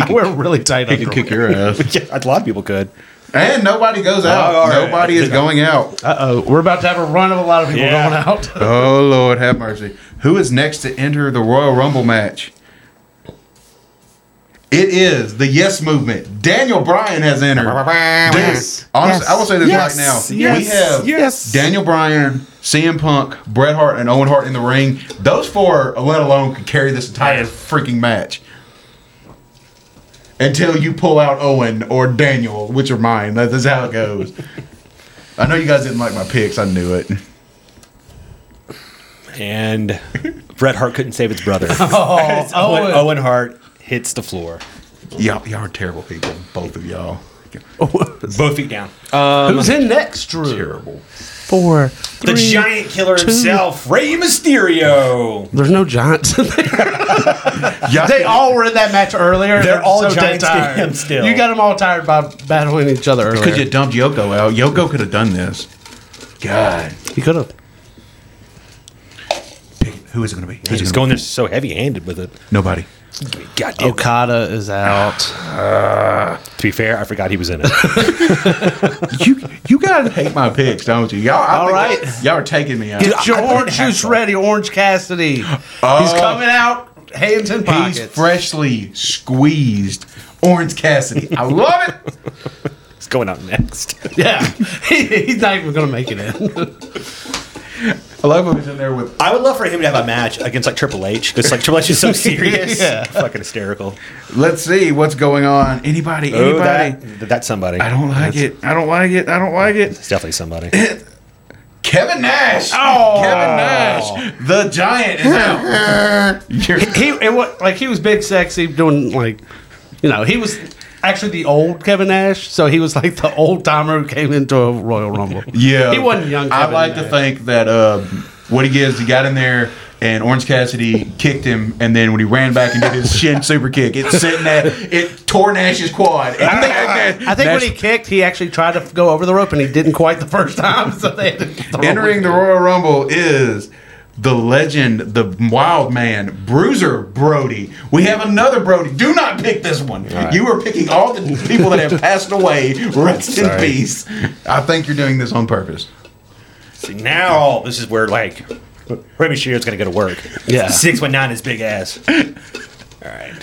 Speaker 4: We're really tight.
Speaker 3: he can kick your ass.
Speaker 1: Yeah, a lot of people could.
Speaker 3: And nobody goes out.
Speaker 1: all right.
Speaker 3: Nobody is going out.
Speaker 4: Uh oh, we're about to have a run of a lot of people
Speaker 1: Yeah.
Speaker 4: going out.
Speaker 3: Oh Lord, have mercy. Who is next to enter the Royal Rumble match? It is the Yes Movement. Daniel Bryan has entered. This, honestly, I will say this right now. we have
Speaker 1: yes.
Speaker 3: Daniel Bryan, CM Punk, Bret Hart, and Owen Hart in the ring. Those four, let alone, could carry this entire freaking match. Until you pull out Owen or Daniel, which are mine. That is how it goes. I know you guys didn't like my picks. I knew it.
Speaker 1: And Bret Hart couldn't save his brother.
Speaker 4: Oh,
Speaker 1: Owen.
Speaker 4: Owen.
Speaker 1: Owen Hart hits the floor.
Speaker 3: Y'all, y'all are terrible people, both of y'all.
Speaker 1: Both feet down.
Speaker 4: Who's in next, Drew?
Speaker 3: Terrible.
Speaker 4: Four.
Speaker 1: the
Speaker 4: three.
Speaker 1: giant killer himself, Rey Mysterio.
Speaker 4: There's no giants in there.
Speaker 3: Y'all
Speaker 4: They
Speaker 3: can't-
Speaker 4: all were in that match earlier.
Speaker 1: They're all
Speaker 4: giant
Speaker 1: giants to him still.
Speaker 4: You got them all tired by battling each other earlier.
Speaker 3: Could you dumped Yoko out? Yoko could have done this. God.
Speaker 4: You could have.
Speaker 3: Pick- Who is it going to be? Who's
Speaker 1: He's
Speaker 3: it
Speaker 1: just
Speaker 3: gonna
Speaker 1: going there so heavy-handed with it.
Speaker 3: be? Nobody.
Speaker 1: Goddamn.
Speaker 4: Okada is out.
Speaker 1: To be fair, I forgot he was in it.
Speaker 3: you you guys hate my picks, don't you? Y'all, I
Speaker 4: All
Speaker 3: think
Speaker 4: right.
Speaker 3: y'all- Y'all are taking me out.
Speaker 4: Get your
Speaker 1: I- I
Speaker 4: orange
Speaker 1: didn't have
Speaker 4: juice
Speaker 1: one.
Speaker 3: Oh.
Speaker 4: ready, Orange Cassidy. He's coming out hands in
Speaker 3: He's
Speaker 4: pockets.
Speaker 3: freshly squeezed Orange Cassidy. I love it.
Speaker 1: It's going out next.
Speaker 4: yeah, he's not even gonna make it in.
Speaker 3: I love him. He's in there with
Speaker 1: I would love for him to have a match against like Triple H. It's like Triple H is so serious, fucking hysterical.
Speaker 3: Let's see what's going on. Anybody? Anybody?
Speaker 1: Oh, that, that's somebody.
Speaker 3: I don't like it. I don't like it. I don't like it.
Speaker 1: It's definitely somebody.
Speaker 3: Kevin Nash.
Speaker 4: Oh.
Speaker 3: Kevin Nash, the giant is out. You're-
Speaker 4: he it was like he was big, sexy, doing like, you know, he was actually the old Kevin Nash. So he was like the old timer who came into a Royal Rumble.
Speaker 3: yeah,
Speaker 4: he wasn't young.
Speaker 3: I
Speaker 4: Kevin
Speaker 3: like to
Speaker 4: Nash.
Speaker 3: think that uh, what he gives, he got in there. And Orange Cassidy kicked him, and then when he ran back and did his shin super kick, it sent that it tore Nash's quad. I
Speaker 4: I think when he kicked, he actually tried to go over the rope, and he didn't quite the first time. So they had to throw
Speaker 3: Entering
Speaker 4: him.
Speaker 3: the Royal Rumble is the legend, the wild man, Bruiser Brody. We have another Brody. Do not pick this one. You are picking all the people that have passed away. Rest in peace. I think you're doing this on purpose.
Speaker 1: See, now this is where like Remy Shear's gonna go to work.
Speaker 4: Yeah.
Speaker 1: six one nine is big ass. All right.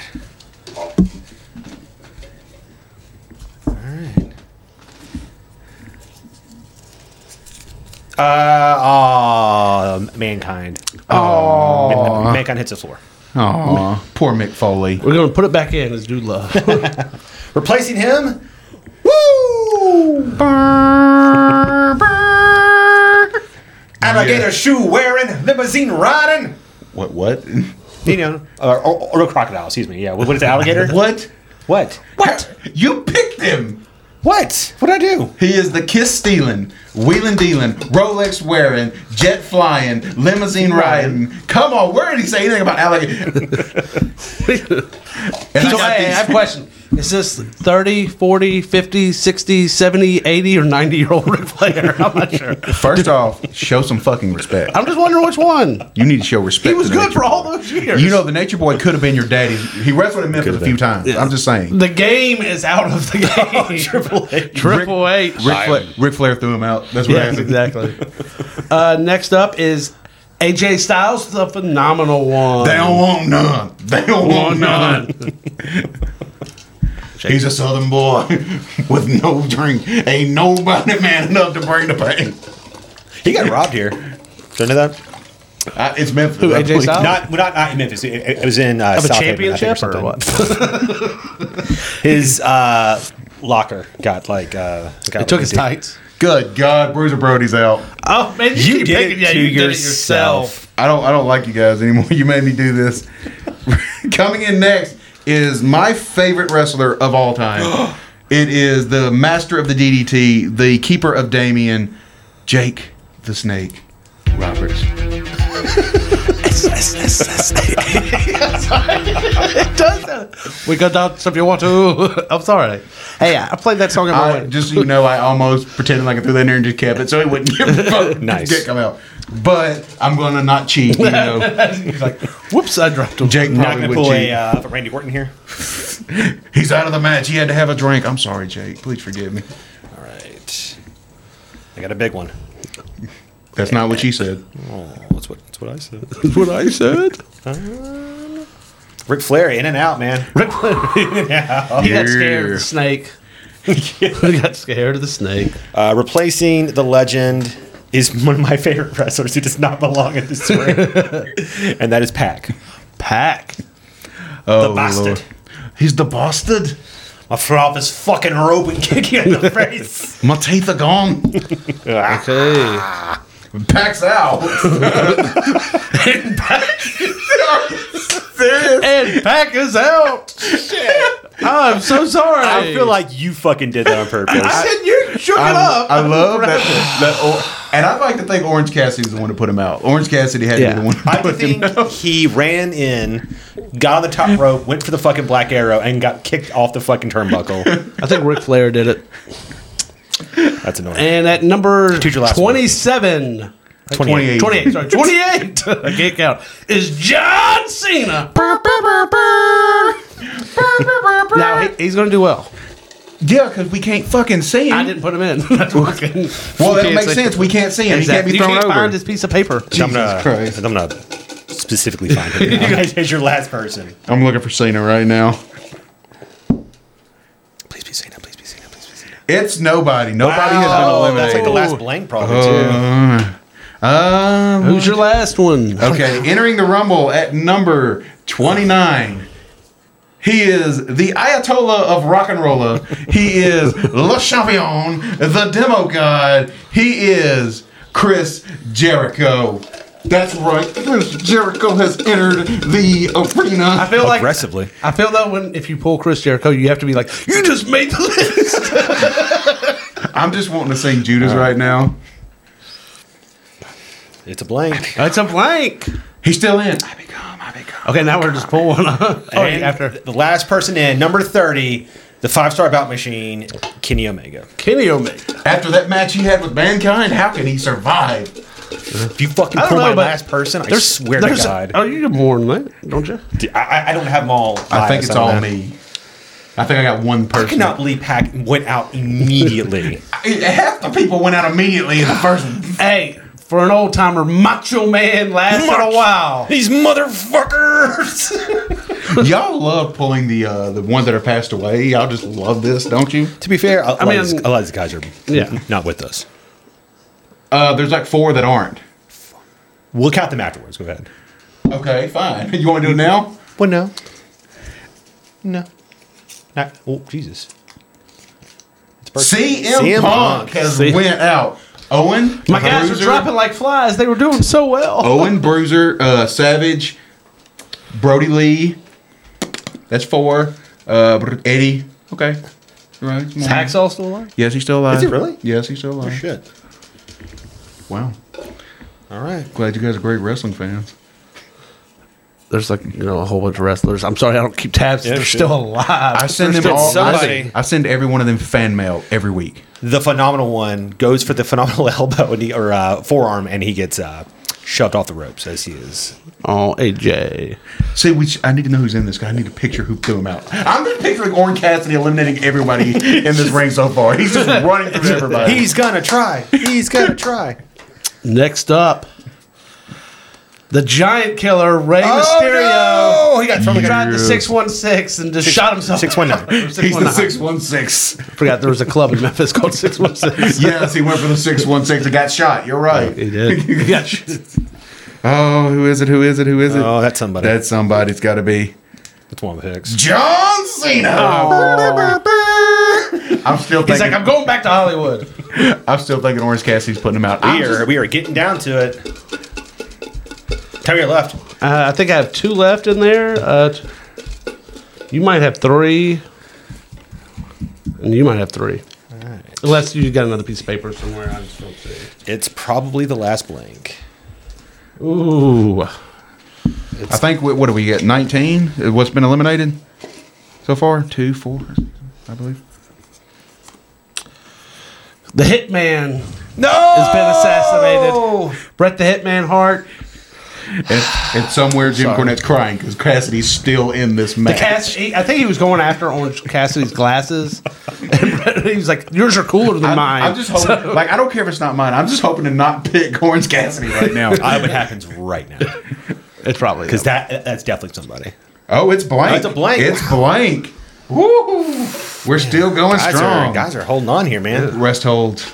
Speaker 1: All right. Uh, oh, mankind. Oh, mankind hits the floor.
Speaker 3: Aw, poor Mick Foley.
Speaker 4: We're gonna put it back in as Dude Love.
Speaker 1: Replacing him. Woo! Alligator shoe wearing, limousine riding.
Speaker 3: What? What?
Speaker 1: You know, or, or, or a crocodile. Excuse me. Yeah. What what is it, alligator?
Speaker 3: What?
Speaker 1: What?
Speaker 3: What? You picked him.
Speaker 1: What? What did I do?
Speaker 3: He is the kiss stealing, wheeling dealing, Rolex wearing, jet flying, limousine riding. Come on, where did he say anything about alligator? And I
Speaker 4: so,
Speaker 3: got
Speaker 4: hey, I
Speaker 3: these-
Speaker 4: have a question. Is this 30, 40, 50, 60, 70, 80, or 90 year old Ric Flair? I'm not sure.
Speaker 3: First off, show some fucking respect.
Speaker 4: I'm just wondering which one.
Speaker 3: You need to show respect.
Speaker 4: He was
Speaker 3: to
Speaker 4: good
Speaker 3: Nature
Speaker 4: for
Speaker 3: Boy.
Speaker 4: all those years.
Speaker 3: You know, the Nature Boy could have been your daddy. He wrestled in Memphis a few times. I'm just saying.
Speaker 4: the game is out of the
Speaker 1: Oh,
Speaker 4: game. Oh, Triple H. Triple H.
Speaker 3: Rick, Fla- Ric Flair threw him out. That's what
Speaker 4: Yes,
Speaker 3: happened.
Speaker 4: exactly. uh, next up is AJ Styles, the phenomenal one.
Speaker 3: They don't want none. They don't want none. He's a Southern boy with no drink. Ain't nobody man enough to bring the pain.
Speaker 1: He got robbed here. Did you know that?
Speaker 3: I, it's Memphis.
Speaker 4: Who,
Speaker 3: I
Speaker 4: AJ
Speaker 3: believe.
Speaker 4: Styles?
Speaker 1: Not, well, not, not in Memphis. It, it was in uh,
Speaker 4: Of a
Speaker 1: South Haven, I think,
Speaker 4: championship or
Speaker 1: something.
Speaker 4: what?
Speaker 1: His uh, locker got like uh, got
Speaker 4: It took his
Speaker 1: empty.
Speaker 4: tights.
Speaker 3: Good God, Bruiser Brody's out.
Speaker 4: Oh man,
Speaker 1: You
Speaker 4: keep
Speaker 1: did
Speaker 4: picking-
Speaker 1: it to yourself.
Speaker 3: I don't I don't like you guys anymore. You made me do this. Coming in next is my favorite wrestler of all time. it is the master of the DDT, the keeper of Damien, Jake the Snake Roberts.
Speaker 4: It does. that. We go dance if you want to. I'm sorry. Hey, I played that song in my
Speaker 3: I,
Speaker 4: wedding.
Speaker 3: just so you know, I almost pretended like I threw that in there and just kept it so he wouldn't get
Speaker 1: Nice.
Speaker 3: get come out. But I'm gonna not cheat, you know.
Speaker 4: He's like, whoops, I dropped him.
Speaker 3: Jake
Speaker 1: Not
Speaker 3: probably
Speaker 1: gonna
Speaker 3: would
Speaker 1: pull
Speaker 3: cheat.
Speaker 1: a uh, Randy Orton here.
Speaker 3: He's out of the match. He had to have a drink. I'm sorry, Jake. Please forgive me.
Speaker 1: All right, I got a big one.
Speaker 3: That's not what she said.
Speaker 1: Oh, that's what that's what I said.
Speaker 4: That's what I said.
Speaker 1: Ric Flair in and out, man.
Speaker 4: Ric Flair.
Speaker 1: Oh,
Speaker 4: He got scared of the snake. he got scared of the snake.
Speaker 1: Uh, replacing the legend is one of my favorite wrestlers who does not belong in this ring, and that is Pac.
Speaker 4: Pack.
Speaker 3: Oh,
Speaker 1: bastard.
Speaker 3: He's the bastard.
Speaker 1: I'll throw off his fucking rope and kick you in the face.
Speaker 3: My teeth are gone.
Speaker 4: Okay.
Speaker 3: Packs out. Serious.
Speaker 4: And Pack is out. I'm so sorry.
Speaker 1: I feel like you fucking did that on purpose.
Speaker 4: I said you shook
Speaker 3: I,
Speaker 4: it up.
Speaker 3: I love that. that or, and I'd like to think Orange Cassidy's the one to put him out. Orange Cassidy had to
Speaker 4: Yeah.
Speaker 3: be the one.
Speaker 1: I think he ran in, got on the top rope, went for the fucking black arrow, and got kicked off the fucking turnbuckle.
Speaker 4: I think Ric Flair did it.
Speaker 1: That's annoying.
Speaker 4: And at number
Speaker 1: Choose your last
Speaker 4: 27.
Speaker 3: 28.
Speaker 4: 28, sorry, 28, I can't count, is John Cena. now, he, he's going to do well.
Speaker 3: Yeah, because we can't fucking see him.
Speaker 4: I didn't put him in. That's fucking-
Speaker 3: well, that
Speaker 4: can't
Speaker 3: makes
Speaker 4: say-
Speaker 3: sense. We can't see him.
Speaker 4: Exactly.
Speaker 3: He
Speaker 4: You
Speaker 3: can't be
Speaker 4: can't
Speaker 3: thrown
Speaker 4: find
Speaker 3: over.
Speaker 4: this piece of paper.
Speaker 1: I'm gonna,
Speaker 3: Jesus Christ.
Speaker 1: I'm gonna specifically find him. you guys, here's your last person.
Speaker 3: I'm looking for Cena right now.
Speaker 1: Please be Cena. Please be Cena. Please be Cena.
Speaker 3: It's nobody. Nobody
Speaker 1: Oh,
Speaker 3: has been
Speaker 1: that's like the
Speaker 3: eliminated. Uh,
Speaker 1: last blank probably too.
Speaker 3: Um,
Speaker 4: Who's your last one?
Speaker 3: okay, entering the Rumble at number 29. He is the Ayatollah of rock and roller. He is Le Champion, the demo god. He is Chris Jericho. That's right. Chris Jericho has entered the arena.
Speaker 4: I feel like
Speaker 1: Aggressively.
Speaker 4: I feel that when if you pull Chris Jericho, you have to be like, you just made the list.
Speaker 3: I'm just wanting to sing Judas right now.
Speaker 1: It's a blank.
Speaker 4: That's a blank.
Speaker 3: He's still in. I become, I become.
Speaker 4: Okay, now we're just pulling one. up. oh,
Speaker 1: And
Speaker 4: after
Speaker 1: the last person in, number thirty, the five star bout machine, Kenny Omega.
Speaker 4: Kenny Omega.
Speaker 3: After that match he had with Mankind, how can he survive?
Speaker 1: If you fucking
Speaker 4: I
Speaker 1: pull
Speaker 4: don't know,
Speaker 1: my
Speaker 4: but
Speaker 1: last person, I swear to God,
Speaker 4: Oh, you have more than that, don't you?
Speaker 1: Dude, I- I, I don't have them all.
Speaker 3: I think
Speaker 1: biased
Speaker 3: it's
Speaker 1: on
Speaker 3: all
Speaker 1: that.
Speaker 3: me. I think I got one
Speaker 1: I
Speaker 3: person.
Speaker 1: cannot believe Pack went out immediately.
Speaker 3: Half the people went out immediately in the first.
Speaker 4: Hey, for an old timer, Macho Man lasted
Speaker 1: Macho-
Speaker 4: a while.
Speaker 1: These motherfuckers.
Speaker 3: Y'all love pulling the uh, the ones that are passed away. Y'all just love this, don't you?
Speaker 1: to be fair, a, a lot
Speaker 4: mean-
Speaker 1: of these- a lot of these guys are
Speaker 4: Yeah.
Speaker 1: not with us.
Speaker 3: Uh, there's like four that aren't.
Speaker 1: We'll count them afterwards. Go ahead.
Speaker 3: Okay, fine. You want to do it now?
Speaker 1: Well, no. No. Not, oh, Jesus. It's birthday.
Speaker 3: CM,
Speaker 1: CM
Speaker 3: Punk has went out. Owen,
Speaker 4: My guys are dropping like flies. They were doing so well.
Speaker 3: Owen Bruiser, uh, Savage, Brody Lee. That's four. Uh, br- Eddie. Okay. Right. come on.
Speaker 4: Hacksaw still alive?
Speaker 3: Yes, he's still alive.
Speaker 1: Is he really? Oh,
Speaker 3: Yes, he's still alive.
Speaker 1: Shit.
Speaker 3: Wow.
Speaker 1: All right.
Speaker 3: Glad you guys are great wrestling fans.
Speaker 4: There's like you know a whole bunch of wrestlers. I'm sorry, I don't keep tabs. They're
Speaker 1: shit.
Speaker 4: still alive.
Speaker 3: I send them
Speaker 1: still
Speaker 3: all. I
Speaker 1: somebody.
Speaker 3: send, I send every one of them fan mail every week.
Speaker 1: The phenomenal one goes for the phenomenal elbow and he, or uh, forearm, and he gets uh, shoved off the ropes as he is.
Speaker 4: Oh, AJ.
Speaker 3: See, we, sh- I need to know who's in this guy. I need to picture who threw him out. I'm just picturing Orange Cassidy eliminating everybody in this ring so far. He's just running through everybody.
Speaker 1: He's gonna try. He's gonna try.
Speaker 4: Next up, the Giant Killer Rey
Speaker 3: Oh,
Speaker 4: Mysterio.
Speaker 1: no! He got thrown
Speaker 4: He tried the
Speaker 3: Yes.
Speaker 4: six one six and just shot himself.
Speaker 1: 619.
Speaker 3: He's the
Speaker 4: 619.
Speaker 3: six one six.
Speaker 4: I forgot there was a club in Memphis called six one six.
Speaker 3: Yes, he went for the six one six and got shot. You're right.
Speaker 4: He did. Yeah.
Speaker 3: Oh, who is it? Who is it? Who is it?
Speaker 1: Oh, that's somebody.
Speaker 3: That's somebody. It's got to be
Speaker 1: That's one of the picks.
Speaker 3: John Cena. I'm still thinking.
Speaker 4: Oh. He's like, I'm going back to Hollywood.
Speaker 3: I'm still thinking Orange Cassidy's putting him out. I'm
Speaker 1: We
Speaker 3: just-
Speaker 1: are, we are getting down to it. Time you're left.
Speaker 4: Uh, I think I have two left in there. Uh, t- you might have three, and you might have three. Unless you got another piece of paper somewhere, I just don't see.
Speaker 1: It's probably the last blank.
Speaker 4: Ooh,
Speaker 3: I think what, what do we get? Nineteen. Uh, What's been eliminated so far? Two, four, I believe.
Speaker 4: the Hitman
Speaker 1: No!
Speaker 4: has been assassinated. Brett the Hitman Hart,
Speaker 3: It's, it's somewhere Jim Cornette's crying because Cassidy's still in this
Speaker 4: the
Speaker 3: match.
Speaker 4: Cass. he- I think he was going after Orange Cassidy's glasses, and Brett, he was like, "Yours are cooler than
Speaker 3: I'm,
Speaker 4: mine."
Speaker 3: I'm just hoping, like, I don't care if it's not mine. I'm just hoping to not pick Orange Cassidy right now.
Speaker 1: I hope it happens right now.
Speaker 4: it's probably
Speaker 1: Because that that's definitely somebody.
Speaker 3: oh, it's blank.
Speaker 1: It's a blank.
Speaker 3: It's blank. Woo! We're still going
Speaker 1: Guys
Speaker 3: strong.
Speaker 1: are, guys are holding on here, man.
Speaker 3: Rest holds.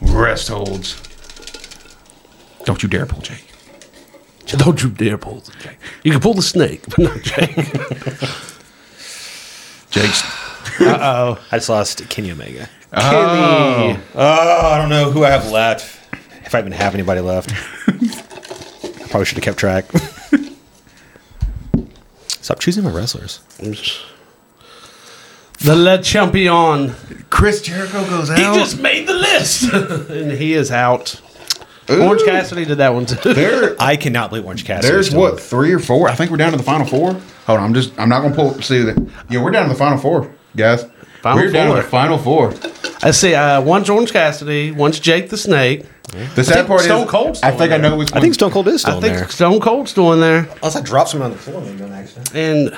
Speaker 3: Rest holds. Don't you dare pull Jake.
Speaker 4: Don't you dare pull the Jake. You can pull the snake, but not Jake.
Speaker 3: Jake's.
Speaker 1: Oh, I just lost Kenny Omega.
Speaker 4: Kenny.
Speaker 1: Oh, I don't know who I have left. If I even have anybody left, I probably should have kept track. Stop choosing my wrestlers.
Speaker 4: The Le Champion.
Speaker 3: Chris Jericho goes out.
Speaker 4: He just made the list. and he is out.
Speaker 3: Ooh.
Speaker 4: Orange Cassidy did that one too.
Speaker 3: There-
Speaker 1: I cannot believe Orange Cassidy.
Speaker 3: There's what three or four? I think we're down to the final four. Hold on, I'm just I'm not gonna pull see that. Yeah, we're down to the final four, guys.
Speaker 4: Final
Speaker 3: we're down to
Speaker 4: four.
Speaker 3: the final four.
Speaker 4: I see. Uh, one's Orange Cassidy. One's Jake the Snake.
Speaker 3: The sad part
Speaker 4: Stone
Speaker 3: is
Speaker 4: Cold's
Speaker 3: I
Speaker 4: still
Speaker 3: think I
Speaker 4: in there.
Speaker 3: know which
Speaker 1: I
Speaker 3: one.
Speaker 1: think Stone Cold is still
Speaker 4: I
Speaker 1: in
Speaker 4: think
Speaker 1: there.
Speaker 4: Stone Cold's still in there.
Speaker 1: Unless I drop someone on the floor, maybe on accident.
Speaker 4: And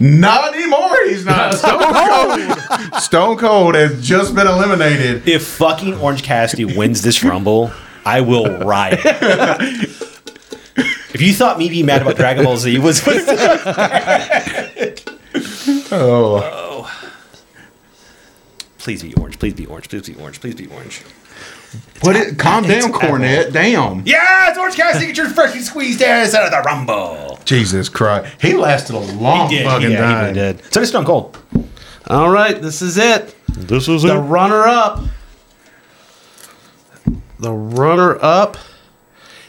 Speaker 3: Not anymore. He's not Stone Cold. Stone Cold has just been eliminated.
Speaker 1: If fucking Orange Cassidy wins this Rumble, I will riot. If you thought me being mad about Dragon Ball Z was, was
Speaker 3: Oh,
Speaker 1: please be orange, please be orange, please be orange, please be orange.
Speaker 3: put it. Calm down, Cornette. Damn.
Speaker 1: Yeah, it's Orange Cassidy. Get your freshly squeezed ass out of the rumble.
Speaker 3: Jesus Christ. He lasted a long
Speaker 1: He did,
Speaker 3: fucking
Speaker 1: yeah, he
Speaker 3: time.
Speaker 1: really did. So did Stone Cold.
Speaker 4: All right, this is it.
Speaker 2: This is
Speaker 4: The runner up. The runner up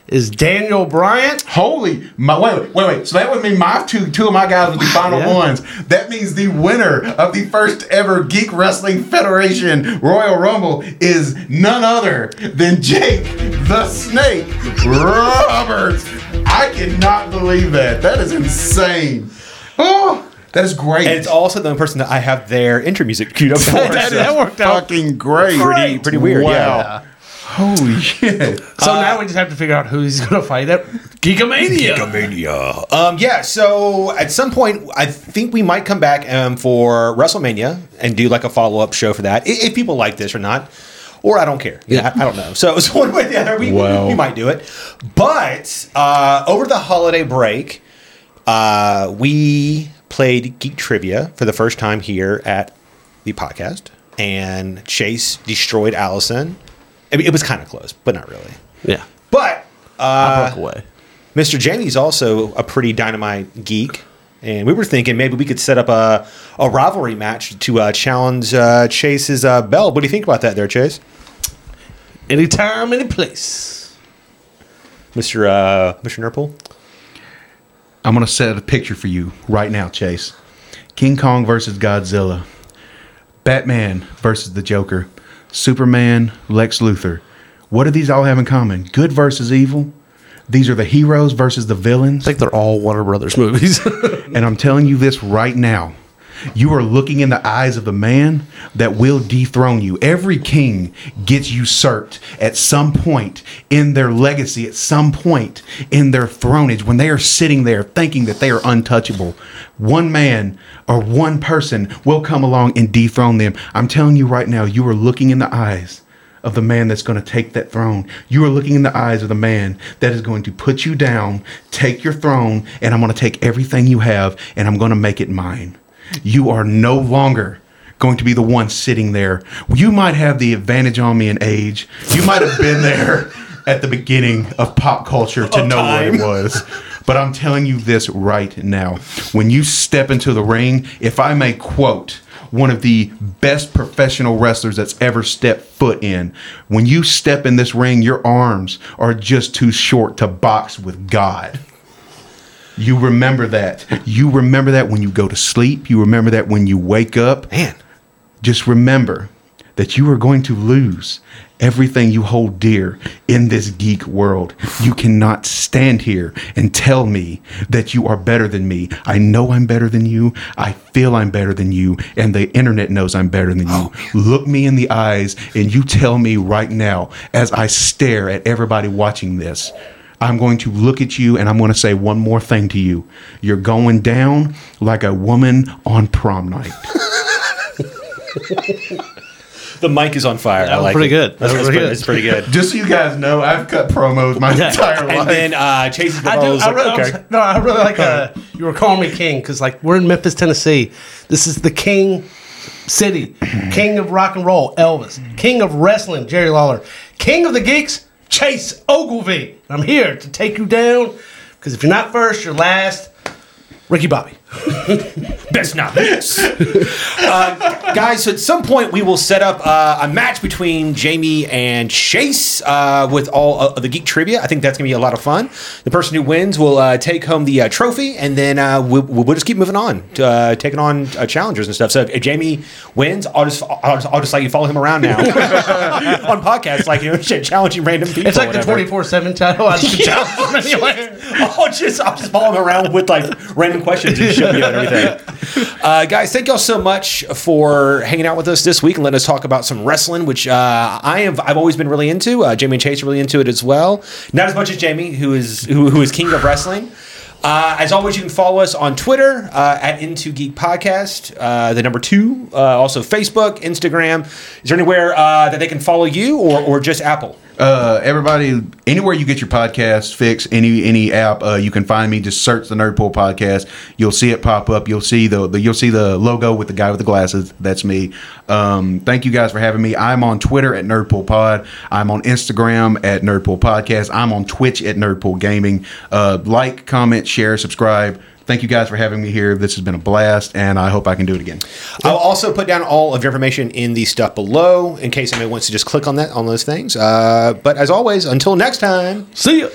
Speaker 4: is Daniel Bryant.
Speaker 3: Holy my wait, wait, wait, wait. So that would mean my two two of my guys were the final
Speaker 4: Yeah.
Speaker 3: ones. That means the winner of the first ever Geek Wrestling Federation Royal Rumble is none other than Jake the Snake Roberts. I cannot believe that. That is insane. Oh, that is great.
Speaker 1: And it's also the only person that I have their intro music queued up for.
Speaker 4: That- that worked out.
Speaker 3: Fucking great.
Speaker 1: Pretty- pretty weird,
Speaker 3: Wow.
Speaker 1: yeah.
Speaker 3: Holy shit.
Speaker 4: So now we just have to figure out who he's going to fight at Geekomania.
Speaker 1: Geekomania. Um, yeah, so at some point, I think we might come back um, for WrestleMania and do like a follow up show for that, i- if people like this or not. Or I don't care. Yeah, I, I don't know. So it's one way or the other. We,
Speaker 3: Wow.
Speaker 1: we might do it. But uh, over the holiday break, uh, we played Geek Trivia for the first time here at the podcast. And Chase destroyed Allison. I mean, it was kind of close, but not really.
Speaker 4: Yeah.
Speaker 1: But
Speaker 4: I broke away.
Speaker 1: Mr. Jamie's also a pretty dynamite geek, and we were thinking maybe we could set up a, a rivalry match to uh, challenge uh, Chase's uh, bell. What do you think about that, there, Chase?
Speaker 4: Anytime, any place.
Speaker 1: Mr. Uh, Mr. Nurple?
Speaker 3: I'm gonna set a picture for you right now, Chase. King Kong versus Godzilla. Batman versus the Joker. Superman, Lex Luthor. What do these all have in common? Good versus evil. These are the heroes versus the villains.
Speaker 4: I think they're all Warner Brothers movies.
Speaker 3: And I'm telling you this right now. You are looking in the eyes of the man that will dethrone you. Every king gets usurped at some point in their legacy, at some point in their thronage, when they are sitting there thinking that they are untouchable. One man or one person will come along and dethrone them. I'm telling you right now, you are looking in the eyes of the man that's going to take that throne. You are looking in the eyes of the man that is going to put you down, take your throne, and I'm going to take everything you have and I'm going to make it mine. You are no longer going to be the one sitting there. You might have the advantage on me in age. You might have been there at the beginning of pop culture to know what it was. But I'm telling you this right now. When you step into the ring, if I may quote one of the best professional wrestlers that's ever stepped foot in. When you step in this ring, your arms are just too short to box with God. You remember that. You remember that when you go to sleep. You remember that when you wake up.
Speaker 1: Man.
Speaker 3: Just remember that you are going to lose everything you hold dear in this geek world. You cannot stand here and tell me that you are better than me. I know I'm better than you. I feel I'm better than you. And the internet knows I'm better than you. Look me in the eyes and you tell me right now, as I stare at everybody watching this, I'm going to look at you and I'm going to say one more thing to you. You're going down like a woman on prom night.
Speaker 1: The mic is on fire. I
Speaker 4: was
Speaker 1: like
Speaker 4: pretty
Speaker 1: it.
Speaker 4: good.
Speaker 1: That's,
Speaker 4: That was
Speaker 1: that's pretty,
Speaker 4: pretty
Speaker 1: that's pretty good.
Speaker 3: Just so you guys know, I've cut promos my
Speaker 4: Yeah.
Speaker 3: entire life.
Speaker 1: and then uh, Chase's bell
Speaker 4: I do.
Speaker 1: was
Speaker 4: I
Speaker 1: like,
Speaker 4: really, I
Speaker 1: okay.
Speaker 4: was- no, I really like. Uh, you were calling me king because, like, we're in Memphis, Tennessee. This is the king city, king of rock and roll, Elvis, king of wrestling, Jerry Lawler, king of the geeks, Chase Ogilvy. I'm here to take you down because if you're not first, you're last. Ricky Bobby.
Speaker 1: Best not this. uh, guys, so at some point we will set up uh, a match between Jamie and Chase uh, with all of the geek trivia. I think that's going to be a lot of fun. The person who wins will uh, take home the uh, trophy, and then uh, we'll, we'll just keep moving on, to, uh, taking on uh, challengers and stuff. So if Jamie wins, I'll just I'll just, I'll just like you follow him around now on podcasts, like you know, shit, challenging random people.
Speaker 4: It's like the
Speaker 1: whatever.
Speaker 4: 24 7 title. I just
Speaker 1: Yeah.
Speaker 4: challenge him anywhere.
Speaker 1: I'll just I'll just follow him around with like random questions and show you and everything. Uh, guys, thank y'all so much for hanging out with us this week and letting us talk about some wrestling, which uh, I have I've always been really into. Uh, Jamie and Chase are really into it as well. Not as much as Jamie, who is who, who is king of wrestling. Uh, as always, you can follow us on Twitter uh, at Into Geek Podcast, uh, the number two. Uh, also, Facebook, Instagram. Is there anywhere uh, that they can follow you, or or just Apple?
Speaker 3: Uh, everybody, anywhere you get your podcast fix, any any app, uh, you can find me. Just search the Nerdpool podcast. You'll see it pop up. You'll see the, the you'll see the logo with the guy with the glasses. That's me. Um, thank you guys for having me. I'm on Twitter at Nerdpool Pod. I'm on Instagram at Nerdpool Podcast. I'm on Twitch at Nerdpool Gaming. Uh, like, comment, share, subscribe. Thank you guys for having me here. This has been a blast, and I hope I can do it again.
Speaker 1: I'll also put down all of your information in the stuff below in case anybody wants to just click on that on those things. Uh, but as always, until next time.
Speaker 4: See ya.